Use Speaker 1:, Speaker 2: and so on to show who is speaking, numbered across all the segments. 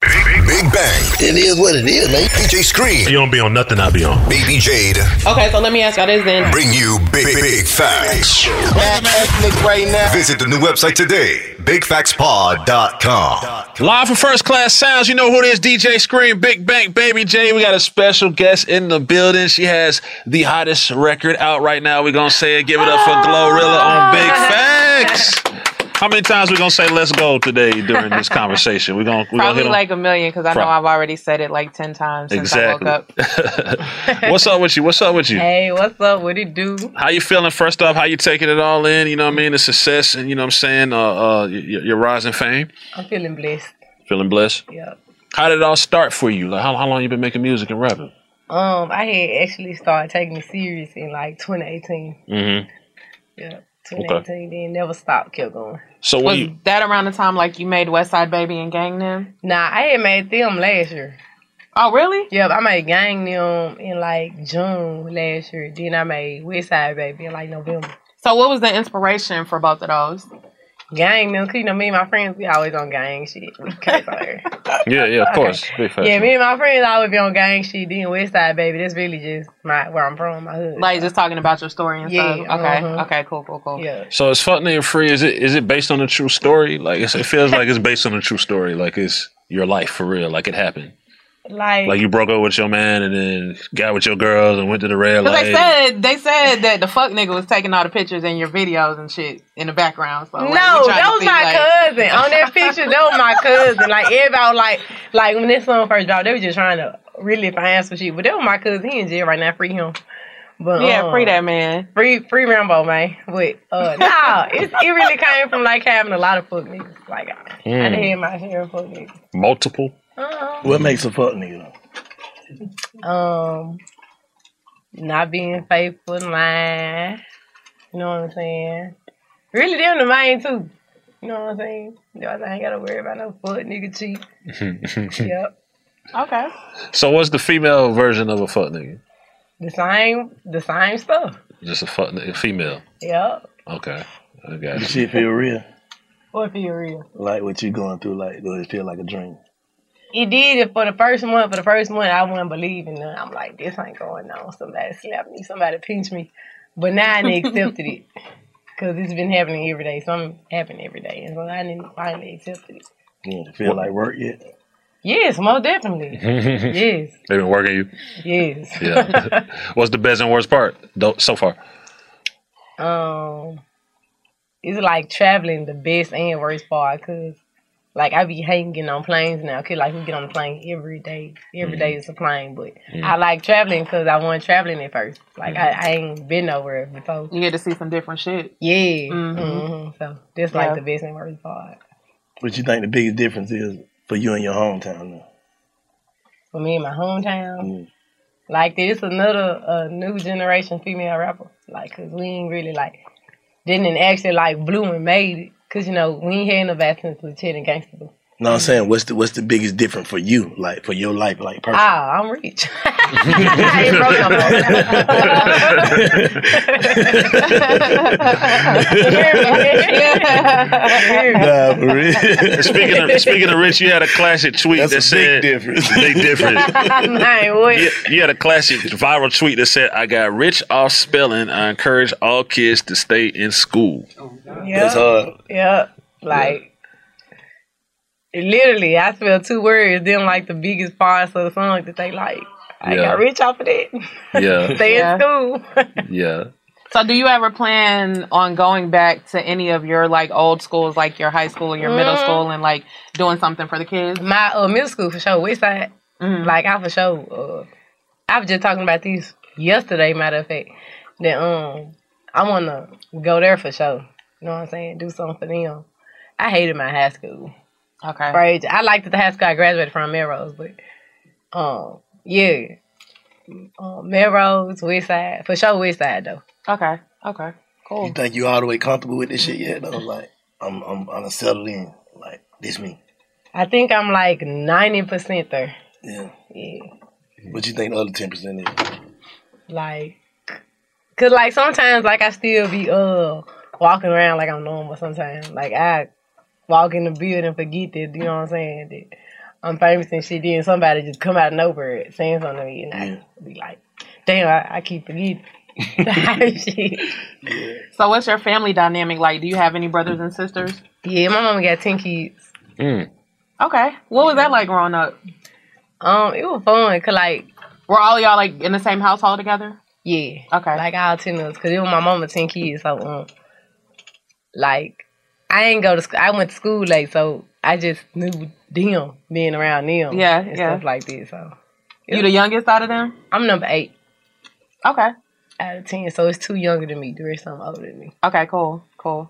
Speaker 1: Big Bang.
Speaker 2: It is what it is, man.
Speaker 1: PJ Screen.
Speaker 3: You don't be on nothing I be on.
Speaker 1: Baby Jade.
Speaker 4: Okay, so let me ask y'all this then.
Speaker 1: Bring you big, big, big facts.
Speaker 2: Black ethnic right now.
Speaker 1: Visit the new website today. BigFactsPod.com.
Speaker 5: Live from First Class Sounds, you know who it is, DJ Scream, Big Bank, Baby J. We got a special guest in the building. She has the hottest record out right now. We're going to say it. Give it up for Glorilla on Big Facts. How many times we going to say let's go today during this conversation? We're going to
Speaker 4: Probably
Speaker 5: hit 'em.
Speaker 4: like a million because I know
Speaker 5: Pro-
Speaker 4: I've already said it like 10 times since
Speaker 5: Exactly.
Speaker 4: I woke up.
Speaker 5: What's up with you? What's up with you?
Speaker 4: Hey, what's up? What it do?
Speaker 5: How you feeling? First off, how you taking it all in? You know what I mean? The success and you know what I'm saying? Uh, uh, your, your rise in fame.
Speaker 4: I'm feeling blessed.
Speaker 5: Feeling blessed.
Speaker 4: Yep.
Speaker 5: How did it all start for you? Like how, how long you been making music and rapping?
Speaker 4: Um, I had actually started taking it serious in like 2018.
Speaker 5: Mm-hmm.
Speaker 4: Yeah. 2018, then never stopped, kept going.
Speaker 5: So when
Speaker 6: Was
Speaker 5: you
Speaker 6: that around the time like you made West Side Baby and Gang them?
Speaker 4: Nah, I had made them last year.
Speaker 6: Oh, really?
Speaker 4: Yep, I made Gang them in like June last year. Then I made Westside Baby in like November.
Speaker 6: So what was the inspiration for both of those?
Speaker 4: Gang them, 'cause you know me and my friends, we always on gang shit. We cuss on here.
Speaker 5: yeah yeah of course big facts.
Speaker 4: Yeah, me and my friends always be on gang shit. Then Westside, baby, that's really just my where I'm from, my hood.
Speaker 6: Like just talking about your story and
Speaker 4: Yeah,
Speaker 6: stuff. Okay,
Speaker 4: uh-huh.
Speaker 6: okay, cool, cool, cool.
Speaker 4: yeah,
Speaker 5: So it's fuck name free. Is it is it based on a true story? Like it's, it feels like it's based on a true story. Like it's your life for real. Like it happened.
Speaker 4: like,
Speaker 5: Like you broke up with your man and then got with your girls and went to the red
Speaker 6: Because
Speaker 5: light.
Speaker 6: they said they said that the fuck nigga was taking all the pictures and your videos and shit in the background. So
Speaker 4: no,
Speaker 6: like,
Speaker 4: that
Speaker 6: we trying to
Speaker 4: was
Speaker 6: see,
Speaker 4: my
Speaker 6: like-
Speaker 4: cousin on that picture. That was my cousin. Like everybody, was like, like when this song first dropped, they were just trying to really find some shit. But that was my cousin. He in jail right now. Free him. But
Speaker 6: Yeah,
Speaker 4: um,
Speaker 6: free that man.
Speaker 4: Free, free Rambo, man. But uh, nah, it, it really came from like having a lot of fuck niggas. Like I, I done had my share of fuck niggas.
Speaker 5: multiple.
Speaker 4: Uh-huh.
Speaker 2: What makes a fuck nigga?
Speaker 4: um not being faithful in line. You know what I'm saying? Really them the main too. You know what I'm saying? You know, I ain't gotta worry about no fuck nigga cheat.
Speaker 5: Hmm.
Speaker 4: yep.
Speaker 6: Okay.
Speaker 5: So what's the female version of a fuck nigga?
Speaker 4: The same the same stuff.
Speaker 5: Just a fuck nigga, female.
Speaker 4: Yep.
Speaker 5: Okay, I got you.
Speaker 2: Shit feel real.
Speaker 4: Or if you're real.
Speaker 2: Like what you going through, like does it feel like a dream?
Speaker 4: It did it for the first month. For the first month, I wasn't believing it. I'm like, this ain't going on. Somebody slapped me. Somebody pinched me. But now I done accepted it because it's been happening every day. Something happened every day, and so I didn't finally accepted it.
Speaker 2: Yeah, it feel like work yet?
Speaker 4: Yes, most definitely. yes,
Speaker 5: They've been working you.
Speaker 4: yes.
Speaker 5: Yeah. What's the best and worst part though, so far?
Speaker 4: um, it's like traveling the best and worst part because, like, I be hating getting on planes now. Cause like we get on the plane every day. Every
Speaker 6: Mhm.
Speaker 4: day is a plane, but
Speaker 6: Mhm.
Speaker 4: I like traveling because I want traveling at first. Like I, I ain't been nowhere before.
Speaker 6: You get to see some different shit.
Speaker 4: Yeah.
Speaker 6: Mhm.
Speaker 4: hmm So that's like
Speaker 6: Yeah.
Speaker 4: the best and worst part.
Speaker 2: What you think the biggest difference is for you in your hometown now?
Speaker 4: For me in my hometown,
Speaker 2: Mm.
Speaker 4: like this another uh, new generation female rapper. Like, cause we ain't really like didn't actually like bloom and made it. Cause you know we ain't had no since Lieutenant Gangsta. Boo.
Speaker 2: No, I'm saying what's the what's the biggest difference for you, like for your life, like personally?
Speaker 4: Ah, I'm rich. I ain't broke no
Speaker 2: Mm, Nah, for real.
Speaker 5: speaking of speaking of rich, you had a classic tweet that said big difference. Big difference.
Speaker 4: more. I ain't what?
Speaker 5: You, you had a classic viral tweet that said, "I got rich off spelling. I encourage all kids to stay in school."
Speaker 4: Yep.
Speaker 5: hard.
Speaker 4: Yep. Like literally, I spell two words. Then like the biggest parts of the song that they like. I
Speaker 5: Yeah.
Speaker 4: got rich off of that.
Speaker 5: Yeah.
Speaker 4: Stay
Speaker 6: Yeah.
Speaker 4: in school.
Speaker 5: Yeah.
Speaker 6: So, do you ever plan on going back to any of your like old schools, like your high school and your middle
Speaker 4: Mhm.
Speaker 6: school, and like doing something for the kids?
Speaker 4: My uh, middle school for sure, Westside.
Speaker 6: Mm-hmm.
Speaker 4: Like I for sure. Uh, I was just talking about these yesterday. Matter of fact, that um, I wanna go there for sure. You know what I'm saying? Do something for them. I hated my high school.
Speaker 6: Okay.
Speaker 4: Right. I liked the high school I graduated from, Melrose, but um, yeah, um, Melrose, Westside for sure, Westside though.
Speaker 6: Okay. Okay. Cool.
Speaker 2: You think you all the way comfortable with this shit yet? Though, like I'm I'm I'm settled in, like this me.
Speaker 4: I think I'm like ninety percent there.
Speaker 2: Yeah.
Speaker 4: Yeah.
Speaker 2: What you think the other ten percent is?
Speaker 4: like cause like sometimes like I still be uh walking around like I'm normal sometimes. Like I walk in the building forget that, you know what I'm saying? That I'm famous and shit, then somebody just come out of nowhere saying something to me and I be like, Damn, I, I keep forgetting. Shit.
Speaker 6: So, what's your family dynamic like? Do you have any brothers and sisters?
Speaker 4: Yeah, my mama got ten kids.
Speaker 6: Okay. What was that like growing up?
Speaker 4: Um, it was fun. Cause like,
Speaker 6: were all y'all like in the same household together?
Speaker 4: Yeah. Okay. Like all ten of us, cause it was my mama ten kids, so um, like I ain't go to school. I went to school late, so I just knew them being around them.
Speaker 6: Yeah,
Speaker 4: and
Speaker 6: yeah.
Speaker 4: stuff like this. So
Speaker 6: You the youngest out of them?
Speaker 4: I'm number eight.
Speaker 6: Okay.
Speaker 4: Out of ten, so it's two younger than me. The rest of them older than me.
Speaker 6: Okay, cool, cool.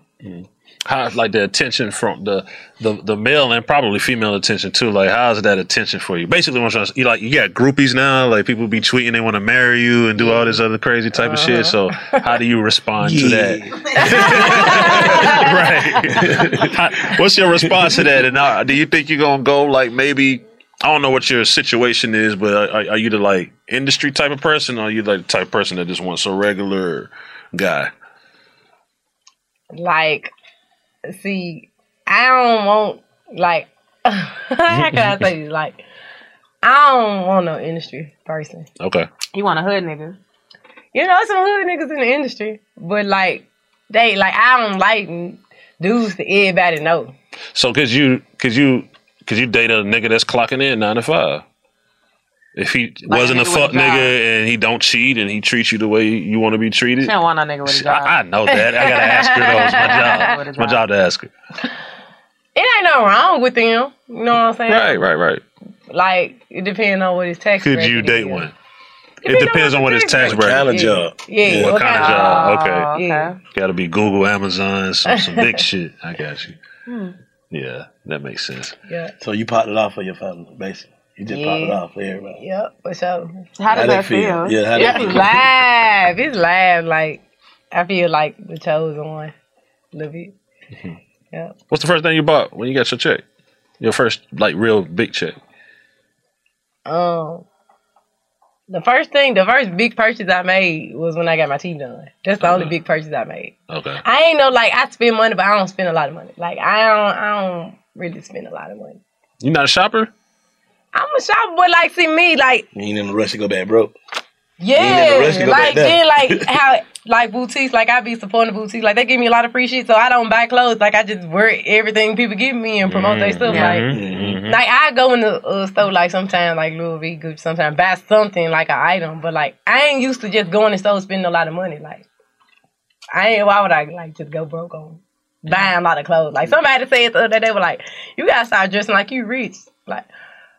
Speaker 5: How like the attention from the, the the male and probably female attention too? Like how's that attention for you? Basically, what I'm trying to you like you got groupies now. Like people be tweeting they want to marry you and do all this other crazy type of shit. So how do you respond to that? right. How- what's your response to that? And uh, do you think you're gonna go like maybe? I don't know what your situation is, but are, are you the like industry type of person, or are you like the type of person that just wants a regular guy?
Speaker 4: Like, see, I don't want like how can I say this? Like, I don't want no industry person.
Speaker 5: Okay.
Speaker 6: You want a hood nigga?
Speaker 4: You know, some hood niggas in the industry, but like they like I don't like dudes that everybody know.
Speaker 5: So could you could you could you date a nigga that's clocking in nine to five? If he
Speaker 6: Like a
Speaker 5: wasn't a
Speaker 6: nigga with a
Speaker 5: fuck
Speaker 6: job.
Speaker 5: nigga and he don't cheat and he treats you the way you want to be treated,
Speaker 6: She don't want no nigga with a job.
Speaker 5: I, I know that. I gotta ask her though. It's my job.
Speaker 6: With a
Speaker 5: It's my job to ask her.
Speaker 4: It ain't no wrong with them. You know what I'm saying?
Speaker 5: Right, right, right.
Speaker 4: Like it depends on what his tax.
Speaker 5: Could you
Speaker 4: bracket
Speaker 5: date
Speaker 4: is.
Speaker 5: one? It depends on what his tax bracket.
Speaker 2: kind of job?
Speaker 4: Yeah. Yeah.
Speaker 5: What
Speaker 4: What
Speaker 5: kind of
Speaker 4: kind of
Speaker 5: job?
Speaker 6: Oh,
Speaker 4: job?
Speaker 5: Okay.
Speaker 4: Yeah.
Speaker 5: Got to be Google, Amazon, some some big shit. I got you.
Speaker 4: Hmm.
Speaker 5: Yeah, that makes sense.
Speaker 4: Yeah.
Speaker 2: So you popped it off for your family, basically. You just popped it
Speaker 4: Yeah.
Speaker 2: off for everybody.
Speaker 4: Yep. For sure.
Speaker 2: How does How that that feel? feel? Yeah, how that
Speaker 4: it's
Speaker 2: feel?
Speaker 4: live. It's live. Like I feel like the chosen one. A little bit.
Speaker 2: Mm-hmm.
Speaker 4: Yep.
Speaker 5: What's the first thing you bought when you got your check? Your first like real big check.
Speaker 4: Um. The first thing, the first big purchase I made was when I got my teeth done. That's the
Speaker 2: Mm-hmm.
Speaker 4: only big purchase I made.
Speaker 5: Okay.
Speaker 4: I ain't no like I spend money, but I don't spend a lot of money. Like I don't, I don't really spend a lot of money.
Speaker 5: You not a shopper?
Speaker 4: I'm a shop boy. Like see me, like
Speaker 2: You ain't in the rush to go back broke.
Speaker 4: yeah,
Speaker 2: rest go back
Speaker 4: like
Speaker 2: down.
Speaker 4: then like how like boutiques, like I be supporting boutiques. Like they give me a lot of free shit, so I don't buy clothes. Like I just wear everything people give me and promote their stuff. Mm-hmm. Like
Speaker 6: Mm-hmm.
Speaker 4: Like I go in the uh, store like sometimes like Louis V, Gucci, sometimes buy something like an item, but like I ain't used to just going to store spending a lot of money. Like I ain't why would I like just go broke on buying a lot of clothes? Like somebody said the other day, they were like, "You gotta start dressing like you rich." Like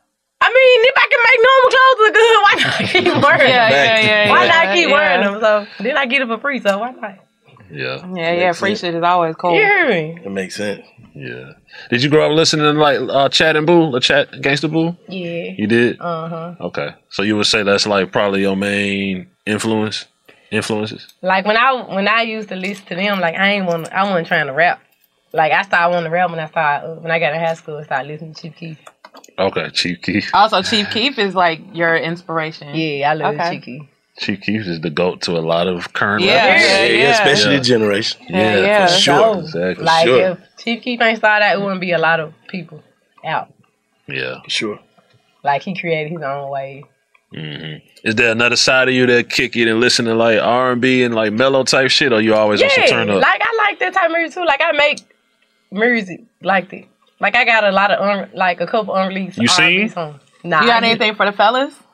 Speaker 4: I mean, if I can make normal clothes look good, why not keep wearing
Speaker 6: Yeah,
Speaker 4: them?
Speaker 6: yeah, yeah,
Speaker 4: Why
Speaker 6: yeah,
Speaker 4: not keep
Speaker 6: yeah.
Speaker 4: wearing them? So then I get it for free. So why not?
Speaker 5: Yeah.
Speaker 6: Yeah, yeah. Free shit is always cold.
Speaker 4: You hear me?
Speaker 2: It makes sense.
Speaker 5: Yeah. Did you grow up listening to like uh, Chad and Boo, the Chat Gangsta Boo?
Speaker 4: Yeah.
Speaker 5: You did.
Speaker 4: Uh huh.
Speaker 5: Okay. So you would say that's like probably your main influence, influences.
Speaker 4: Like when I when I used to listen to them, like I ain't want I wasn't trying to rap. Like I started wanting to rap when I started uh, when I got in high school. I started listening to Chief Keef.
Speaker 5: Okay, Chief Keef.
Speaker 6: Also, Chief Keef is like your inspiration.
Speaker 4: Yeah, I love
Speaker 6: Okay.
Speaker 4: Chief Keef.
Speaker 5: Chief Keef is the goat to a lot of current.
Speaker 6: Yeah,
Speaker 5: rappers.
Speaker 6: yeah, Yeah, yeah, yeah.
Speaker 2: especially the generation.
Speaker 6: Yeah, yeah.
Speaker 5: for sure,
Speaker 4: So,
Speaker 5: exactly.
Speaker 4: Like
Speaker 2: sure.
Speaker 4: if Chief Keef ain't started out, it wouldn't be a lot of people out.
Speaker 5: yeah.
Speaker 2: Sure.
Speaker 4: Like he created his own way.
Speaker 5: hmm Is there another side of you that kick it and listen to like R and B and like mellow type shit, or you always also
Speaker 4: yeah,
Speaker 5: turn up?
Speaker 4: like I like that type of music too. Like I make music like that. Like I got a lot of un- like a couple unreleased
Speaker 6: Um,
Speaker 5: You
Speaker 4: R&B
Speaker 5: sing?
Speaker 4: songs. Nah,
Speaker 6: You got
Speaker 4: I-
Speaker 6: anything for the fellas?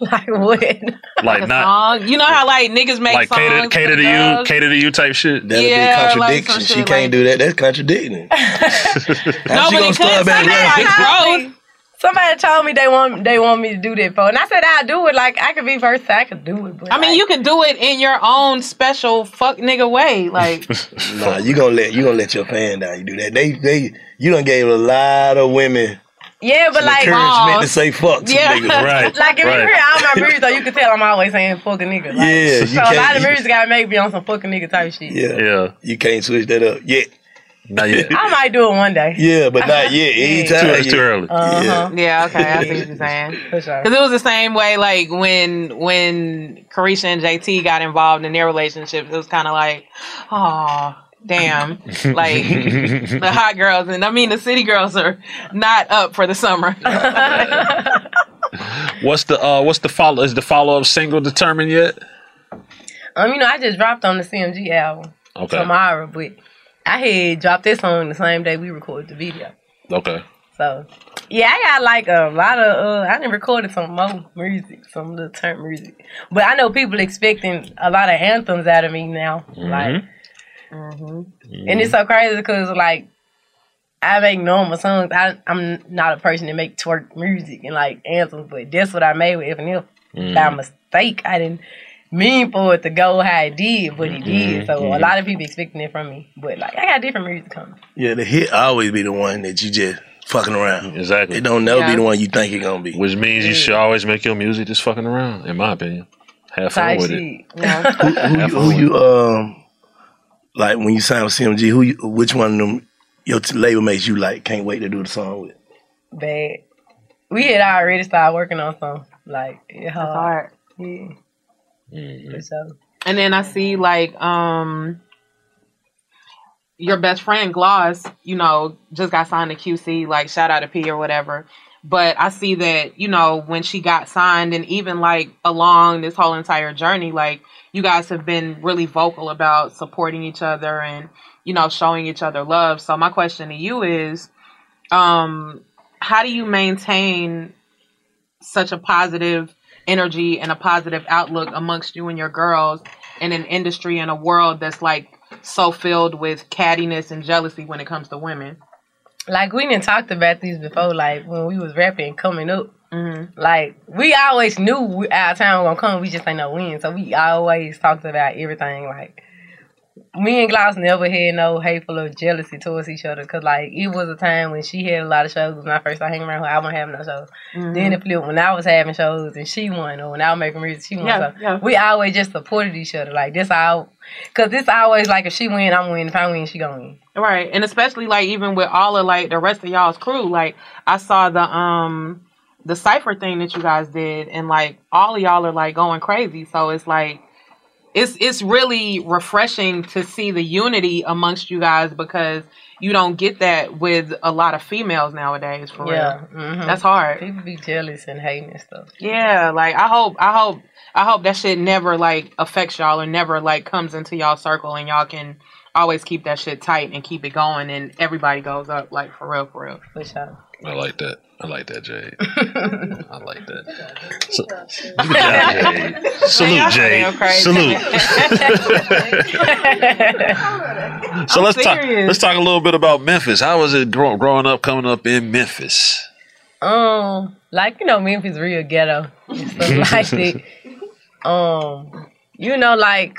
Speaker 4: like what?
Speaker 5: Like,
Speaker 6: Like a
Speaker 5: not
Speaker 6: song? Uh, You know how like niggas make
Speaker 5: like
Speaker 6: songs.
Speaker 5: cater,
Speaker 6: for
Speaker 5: cater
Speaker 6: the
Speaker 5: to you,
Speaker 6: girls?
Speaker 5: cater to you type shit.
Speaker 2: That'll
Speaker 6: Yeah,
Speaker 2: be a
Speaker 6: like
Speaker 2: contradiction.
Speaker 6: some
Speaker 2: she
Speaker 6: shit
Speaker 2: can't
Speaker 6: like-
Speaker 2: do that. That's contradicting. How
Speaker 6: No,
Speaker 2: she
Speaker 6: but
Speaker 2: gonna
Speaker 6: it could.
Speaker 2: start back
Speaker 6: Somebody
Speaker 2: around?
Speaker 6: like growth.
Speaker 4: Somebody told me they want they want me to do that for, and I said I do it. Like I could be versatile, I could do it. But
Speaker 6: I mean,
Speaker 4: like,
Speaker 6: you can do it in your own special fuck nigga way. Like,
Speaker 2: Nah, you gonna let you gonna let your fan down. You do that. They they you done gave a lot of women
Speaker 4: yeah, but like, oh.
Speaker 2: encouragement
Speaker 6: Aw.
Speaker 2: to say fuck to
Speaker 6: Yeah.
Speaker 2: niggas.
Speaker 5: Right.
Speaker 4: like if you
Speaker 5: right.
Speaker 4: hear all my music, though, you can tell I'm always saying fucking nigga. Like,
Speaker 2: Yeah, you
Speaker 4: so a lot
Speaker 2: can't-
Speaker 4: of
Speaker 2: you-
Speaker 4: music gotta make me on some fucking nigga type shit.
Speaker 2: Yeah.
Speaker 5: Yeah.
Speaker 2: You can't switch that up yet.
Speaker 5: Not yet.
Speaker 4: I might do it one day.
Speaker 2: Yeah, but not yet. Anytime.
Speaker 5: too, it's too
Speaker 2: yet.
Speaker 5: early.
Speaker 4: Uh-huh.
Speaker 6: yeah, okay, I see what you're saying.
Speaker 4: For sure.
Speaker 6: Because it was the same way, like when when Carisha and JT got involved in their relationship, it was kind of like, oh damn, like the hot girls and I mean the city girls are not up for the summer.
Speaker 5: What's the uh what's the follow is the follow up single determined yet?
Speaker 4: Um, you know, I just dropped on the CMG album
Speaker 5: Okay.
Speaker 4: tomorrow, but I had dropped this song the same day we recorded the video.
Speaker 5: Okay.
Speaker 4: So yeah, I got like a lot of uh I done recorded some more music, some little term music. But I know people expecting a lot of anthems out of me now. Like Mm-hmm. and it's so crazy because like I make normal songs. I I'm not a person that make twerk music and like anthems, but that's what I made with If and If. By mistake. I didn't mean for it to go how it did, but it did. So a lot of people expecting it from me. But like I got different music coming.
Speaker 2: Yeah, the hit always be the one that you just fucking around.
Speaker 5: Exactly.
Speaker 2: It don't never
Speaker 6: Yeah.
Speaker 2: be the one you think it gonna be.
Speaker 5: Which means you should always make your music just fucking around, in my opinion. Have fun
Speaker 4: Type
Speaker 5: with it.
Speaker 4: shit.
Speaker 2: Who, who, you- who you um like when you sign with CMG? Who you, which one of them your t- label makes you like? Can't wait to do the song with.
Speaker 4: bad. We had already started working on some like it
Speaker 6: That's
Speaker 4: hard.
Speaker 6: hard.
Speaker 4: Yeah. For sure.
Speaker 6: And then I see like um your best friend Gloss, you know, just got signed to QC, like shout out to P or whatever. But I see that, you know, when she got signed and even like along this whole entire journey, like you guys have been really vocal about supporting each other and, you know, showing each other love. So my question to you is, um, how do you maintain such a positive energy and a positive outlook amongst you and your girls in an industry and a world that's like so filled with cattiness and jealousy when it comes to women.
Speaker 4: Like we didn't talked about these before, like when we was rapping coming up.
Speaker 6: Mm-hmm.
Speaker 4: Like we always knew we, our time was gonna come, we just ain't know when. So we always talked about everything. Like me and Gloss never had no hateful or jealousy towards each other, cause like it was a time when she had a lot of shows. When I first started hanging around her, I wasn't having no shows.
Speaker 6: Mm-hmm.
Speaker 4: Then it flipped when I was having shows and she won, or when I was making music, she won.
Speaker 6: Yeah,
Speaker 4: so
Speaker 6: yeah.
Speaker 4: we always just supported each other. Like this, I, cause this always like if she win, I'm win. If I win, she gonna win.
Speaker 6: Right. And especially like even with all of like the rest of y'all's crew, like I saw the um the cipher thing that you guys did, and like all of y'all are like going crazy. So it's like it's it's really refreshing to see the unity amongst you guys because you don't get that with a lot of females nowadays. For
Speaker 4: Yeah,
Speaker 6: real,
Speaker 4: mhm.
Speaker 6: that's hard.
Speaker 4: People be jealous and hating and stuff.
Speaker 6: Yeah, like I hope, I hope, I hope that shit never like affects y'all or never like comes into y'all circle and y'all can always keep that shit tight and keep it going and everybody goes up like for real, for real.
Speaker 4: For sure.
Speaker 5: I like that. I like that, Jade. I like that. So, good job, Jade. Salute, Jade. Salute. so
Speaker 6: I'm
Speaker 5: let's talk.
Speaker 6: serious.
Speaker 5: Let's talk a little bit about Memphis. How was it grow, growing up, coming up in Memphis?
Speaker 4: Um, like you know, Memphis real ghetto and stuff like that. Um, you know, like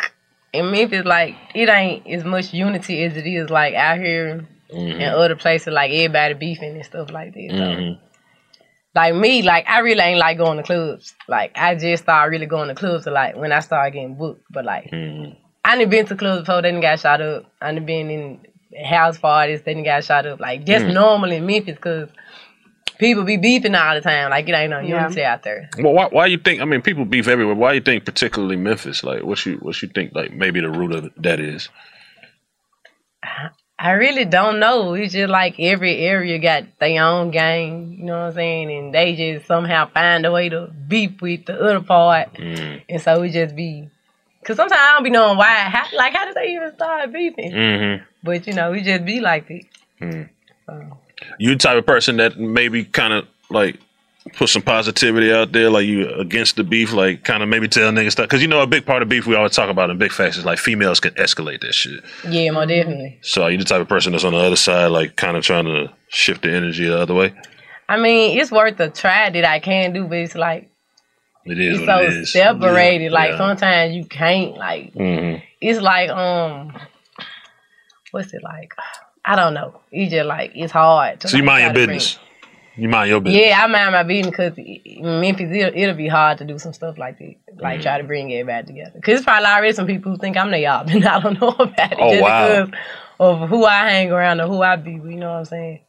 Speaker 4: in Memphis, like it ain't as much unity as it is like out here and
Speaker 7: Mm-hmm.
Speaker 8: Mhm.
Speaker 4: other places. Like everybody beefing and stuff like that.
Speaker 8: Mhm.
Speaker 4: Like me, like I really ain't like going to clubs. Like I just started really going to clubs like when I started getting booked. But like
Speaker 5: Mm-hmm.
Speaker 4: I done been to clubs before, they done got shot up. I done been in house parties, they done got shot up. Like just
Speaker 5: Mm.
Speaker 4: normal in Memphis, cause people be beefing all the time. Like it ain't no
Speaker 6: Yeah.
Speaker 4: unity out there.
Speaker 5: Well, why, why you think? I mean, people beef everywhere. Why you think particularly Memphis? Like, what you what you think? Like, maybe the root of it- that is.
Speaker 4: I really don't know. It's just like every area got their own game, you know what I'm saying? And they just somehow find a way to beef with the other part. And so it just be, cause sometimes I don't be knowing why. How, like how did they even start beefing?
Speaker 5: Mm-hmm.
Speaker 4: But you know, it just be like that.
Speaker 6: Mm-hmm.
Speaker 5: Uh, You the type of person that maybe kind of like put some positivity out there, like you against the beef, like kind of maybe tell niggas stuff. Because you know, a big part of beef we always talk about in big facts is like females can escalate that shit.
Speaker 4: Yeah, more definitely.
Speaker 5: So are you the type of person that's on the other side, like kind of trying to shift the energy the other way?
Speaker 4: I mean, it's worth a try that I can do, but it's like
Speaker 5: It is
Speaker 4: it's
Speaker 5: what it
Speaker 4: so
Speaker 5: is.
Speaker 4: separated. Like
Speaker 5: Yeah.
Speaker 4: sometimes you can't. Like
Speaker 5: Mhm.
Speaker 4: it's like um, what's it like? I don't know. It's just like it's hard. to,
Speaker 5: So you
Speaker 4: like,
Speaker 5: mind
Speaker 4: try
Speaker 5: your
Speaker 4: to bring-
Speaker 5: business. You mind your business.
Speaker 4: Yeah, I mind my business because in Memphis, it'll, it'll be hard to do some stuff like that, like
Speaker 5: Mm-hmm.
Speaker 4: try to bring everybody together. Because there's probably already some people who think I'm the y'all, and I don't know about it
Speaker 5: Oh,
Speaker 4: just
Speaker 5: wow.
Speaker 4: because of who I hang around or who I be with. You know what I'm saying?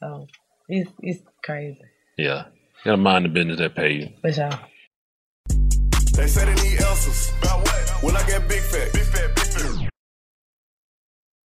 Speaker 4: So it's it's crazy
Speaker 5: Yeah. You gotta mind the business that pay you.
Speaker 4: for sure.
Speaker 9: They say they need answers. About what? When I get big fat. Big fat, big fat.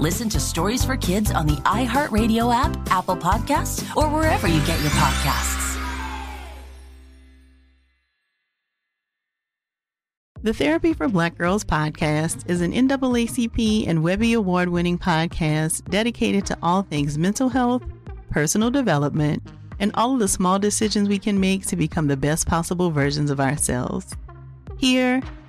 Speaker 7: Listen to Stories for Kids on the iHeartRadio app, Apple Podcasts, or wherever you get your podcasts.
Speaker 10: The Therapy for Black Girls podcast is an NAACP and Webby Award winning podcast dedicated to all things mental health, personal development, and all of the small decisions we can make to become the best possible versions of ourselves. Here,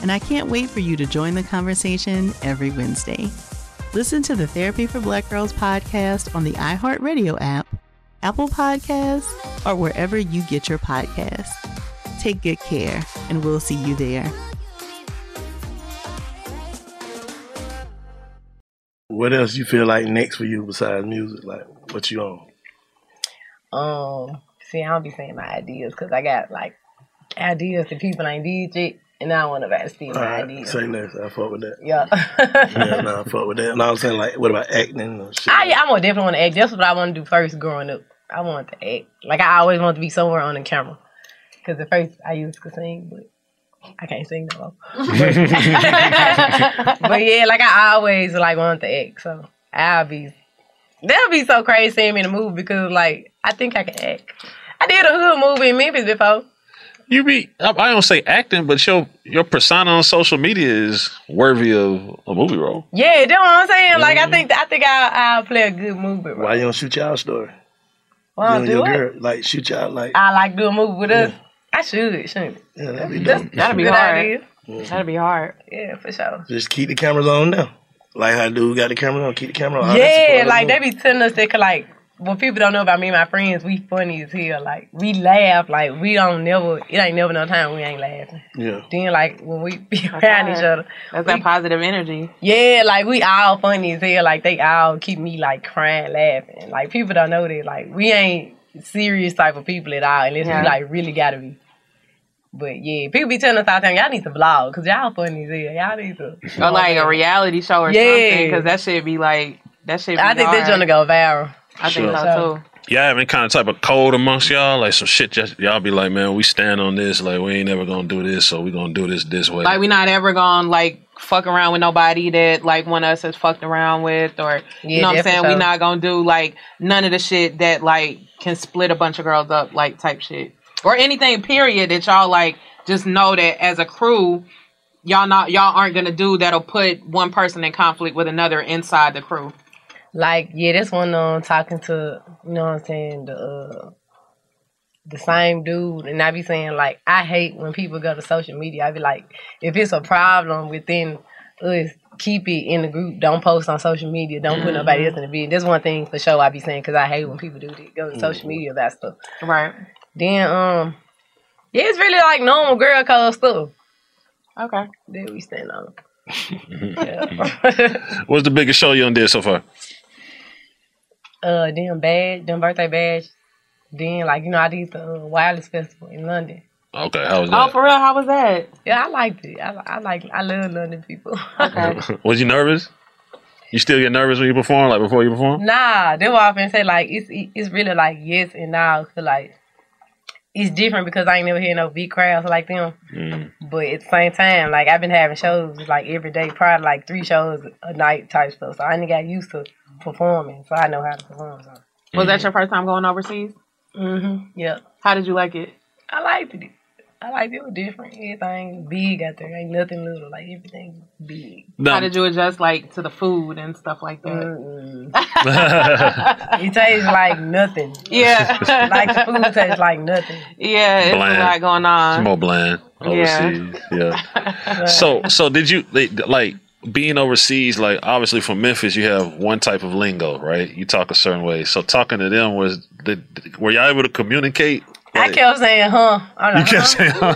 Speaker 10: and I can't wait for you to join the conversation every Wednesday. Listen to the Therapy for Black Girls podcast on the iHeartRadio app, Apple Podcasts, or wherever you get your podcasts. Take good care, and we'll see you there.
Speaker 2: What else you feel like next for you besides music? Like what you on?
Speaker 4: Um, see, I don't be saying my ideas because I got like ideas that people ain't did yet, and I want to see my
Speaker 2: All right,
Speaker 4: ideas.
Speaker 2: say less. I fuck with that.
Speaker 4: Yeah.
Speaker 2: yeah, no, I fuck with that. And I was saying like, what about acting? Or shit?
Speaker 4: I I want definitely want to act. That's what I want to do first growing up. I want to act. Like I always want to be somewhere on the camera. Because at first I used to sing, but I can't sing no more. but yeah, like I always like want to act. So I'll be that'll be so crazy seeing me in a movie because like I think I can act. I did a hood movie in Memphis before.
Speaker 5: You be I, I don't say acting, but your your persona on social media is worthy of a movie role.
Speaker 4: Yeah, that's what I'm saying. Like I think I think I I'll play a good movie.
Speaker 2: Why you don't shoot y'all story?
Speaker 4: Well, I'll
Speaker 2: you and
Speaker 4: do
Speaker 2: your
Speaker 4: it.
Speaker 2: girl, like shoot y'all like
Speaker 4: I like do a movie with us. I should, shouldn't.
Speaker 2: Yeah, that'd be
Speaker 4: That's-
Speaker 2: dope.
Speaker 4: that'd be
Speaker 2: Good
Speaker 4: hard.
Speaker 2: idea.
Speaker 4: That'd be hard. Yeah, for sure.
Speaker 2: Just keep the cameras on now. Like how dude got the camera on, keep the camera on.
Speaker 4: yeah, like they be telling us they could like. What people don't know about me and my friends, we funny as hell. Like we laugh, like we don't never. It ain't never no time we ain't laughing.
Speaker 2: Yeah.
Speaker 4: Then like when we be around each other,
Speaker 6: Oh, That's that positive energy.
Speaker 4: yeah, like we all funny as hell. Like they all keep me like crying, laughing. Like people don't know that. Like we ain't serious type of people at all, unless
Speaker 6: Yeah.
Speaker 4: we like really gotta be. But yeah, people be telling us all the time, y'all need to vlog because y'all funny as hell. Y'all need to.
Speaker 6: Or like a reality show or
Speaker 4: Yeah.
Speaker 6: something, because that should be like that should. Be
Speaker 4: I think they're
Speaker 6: hard.
Speaker 4: gonna go viral.
Speaker 6: I think
Speaker 5: Sure.
Speaker 6: so too.
Speaker 5: Yeah, I mean, kind of type of code amongst y'all, like some shit. Just, y'all be like, man, we stand on this. Like we ain't never gonna do this, so we gonna do this this way.
Speaker 6: Like we not ever gonna like fuck around with nobody that like one of us has fucked around with or you
Speaker 4: Yeah,
Speaker 6: know what I'm
Speaker 4: definitely
Speaker 6: saying?
Speaker 4: so.
Speaker 6: We not gonna do like none of the shit that like can split a bunch of girls up like type shit. Or anything period that y'all like just know that as a crew y'all not y'all aren't gonna do that'll put one person in conflict with another inside the crew.
Speaker 4: Like yeah, that's one um talking to you know what I'm saying the uh, the same dude, and I be saying like I hate when people go to social media. I be like, if it's a problem within us, keep it in the group. Don't post on social media. Don't put nobody else in the video. That's one thing for sure I be saying because I hate when people do that, go to social media about stuff.
Speaker 6: Right.
Speaker 4: Then um, yeah, it's really like normal girl code stuff.
Speaker 6: Okay.
Speaker 4: That we stand on.
Speaker 5: What's the biggest show you done did so far?
Speaker 4: uh them badge, them birthday badge. Then like you know I did the uh, Wireless Festival in London.
Speaker 5: Okay, how was
Speaker 6: Oh,
Speaker 5: that?
Speaker 6: for real? How was that?
Speaker 4: Yeah, I liked it. I, I like I love London people.
Speaker 5: was you nervous? You still get nervous when you perform, like before you perform?
Speaker 4: nah, they were often say like it's it's really like yes and no. 'cause, like it's different because I ain't never hear no big crowds like them. But at the same time, like I've been having shows like every day, probably like three shows a night type stuff. So I ain't got used to performing, so I know how to perform. So.
Speaker 6: Was
Speaker 5: Mm-hmm.
Speaker 6: that your first time going overseas?
Speaker 4: Mm. Mm-hmm. Yep.
Speaker 6: How did you like it?
Speaker 4: I liked it. I liked it. It was different. Everything big out there. Ain't nothing little. Like everything big.
Speaker 6: How did you adjust like to the food and stuff like that?
Speaker 4: it tastes like nothing.
Speaker 6: Yeah.
Speaker 4: like the food tastes like nothing.
Speaker 6: yeah, it's
Speaker 5: Bland.
Speaker 6: a lot going
Speaker 5: It's
Speaker 6: on.
Speaker 5: more bland overseas. Yeah. so, so did you like- like being overseas? Like, obviously, from Memphis, you have one type of lingo, right? You talk a certain way. So, talking to them was, did, were y'all able to communicate?
Speaker 4: I kept saying, huh? I'm
Speaker 5: You
Speaker 4: like,
Speaker 5: kept saying,
Speaker 4: huh?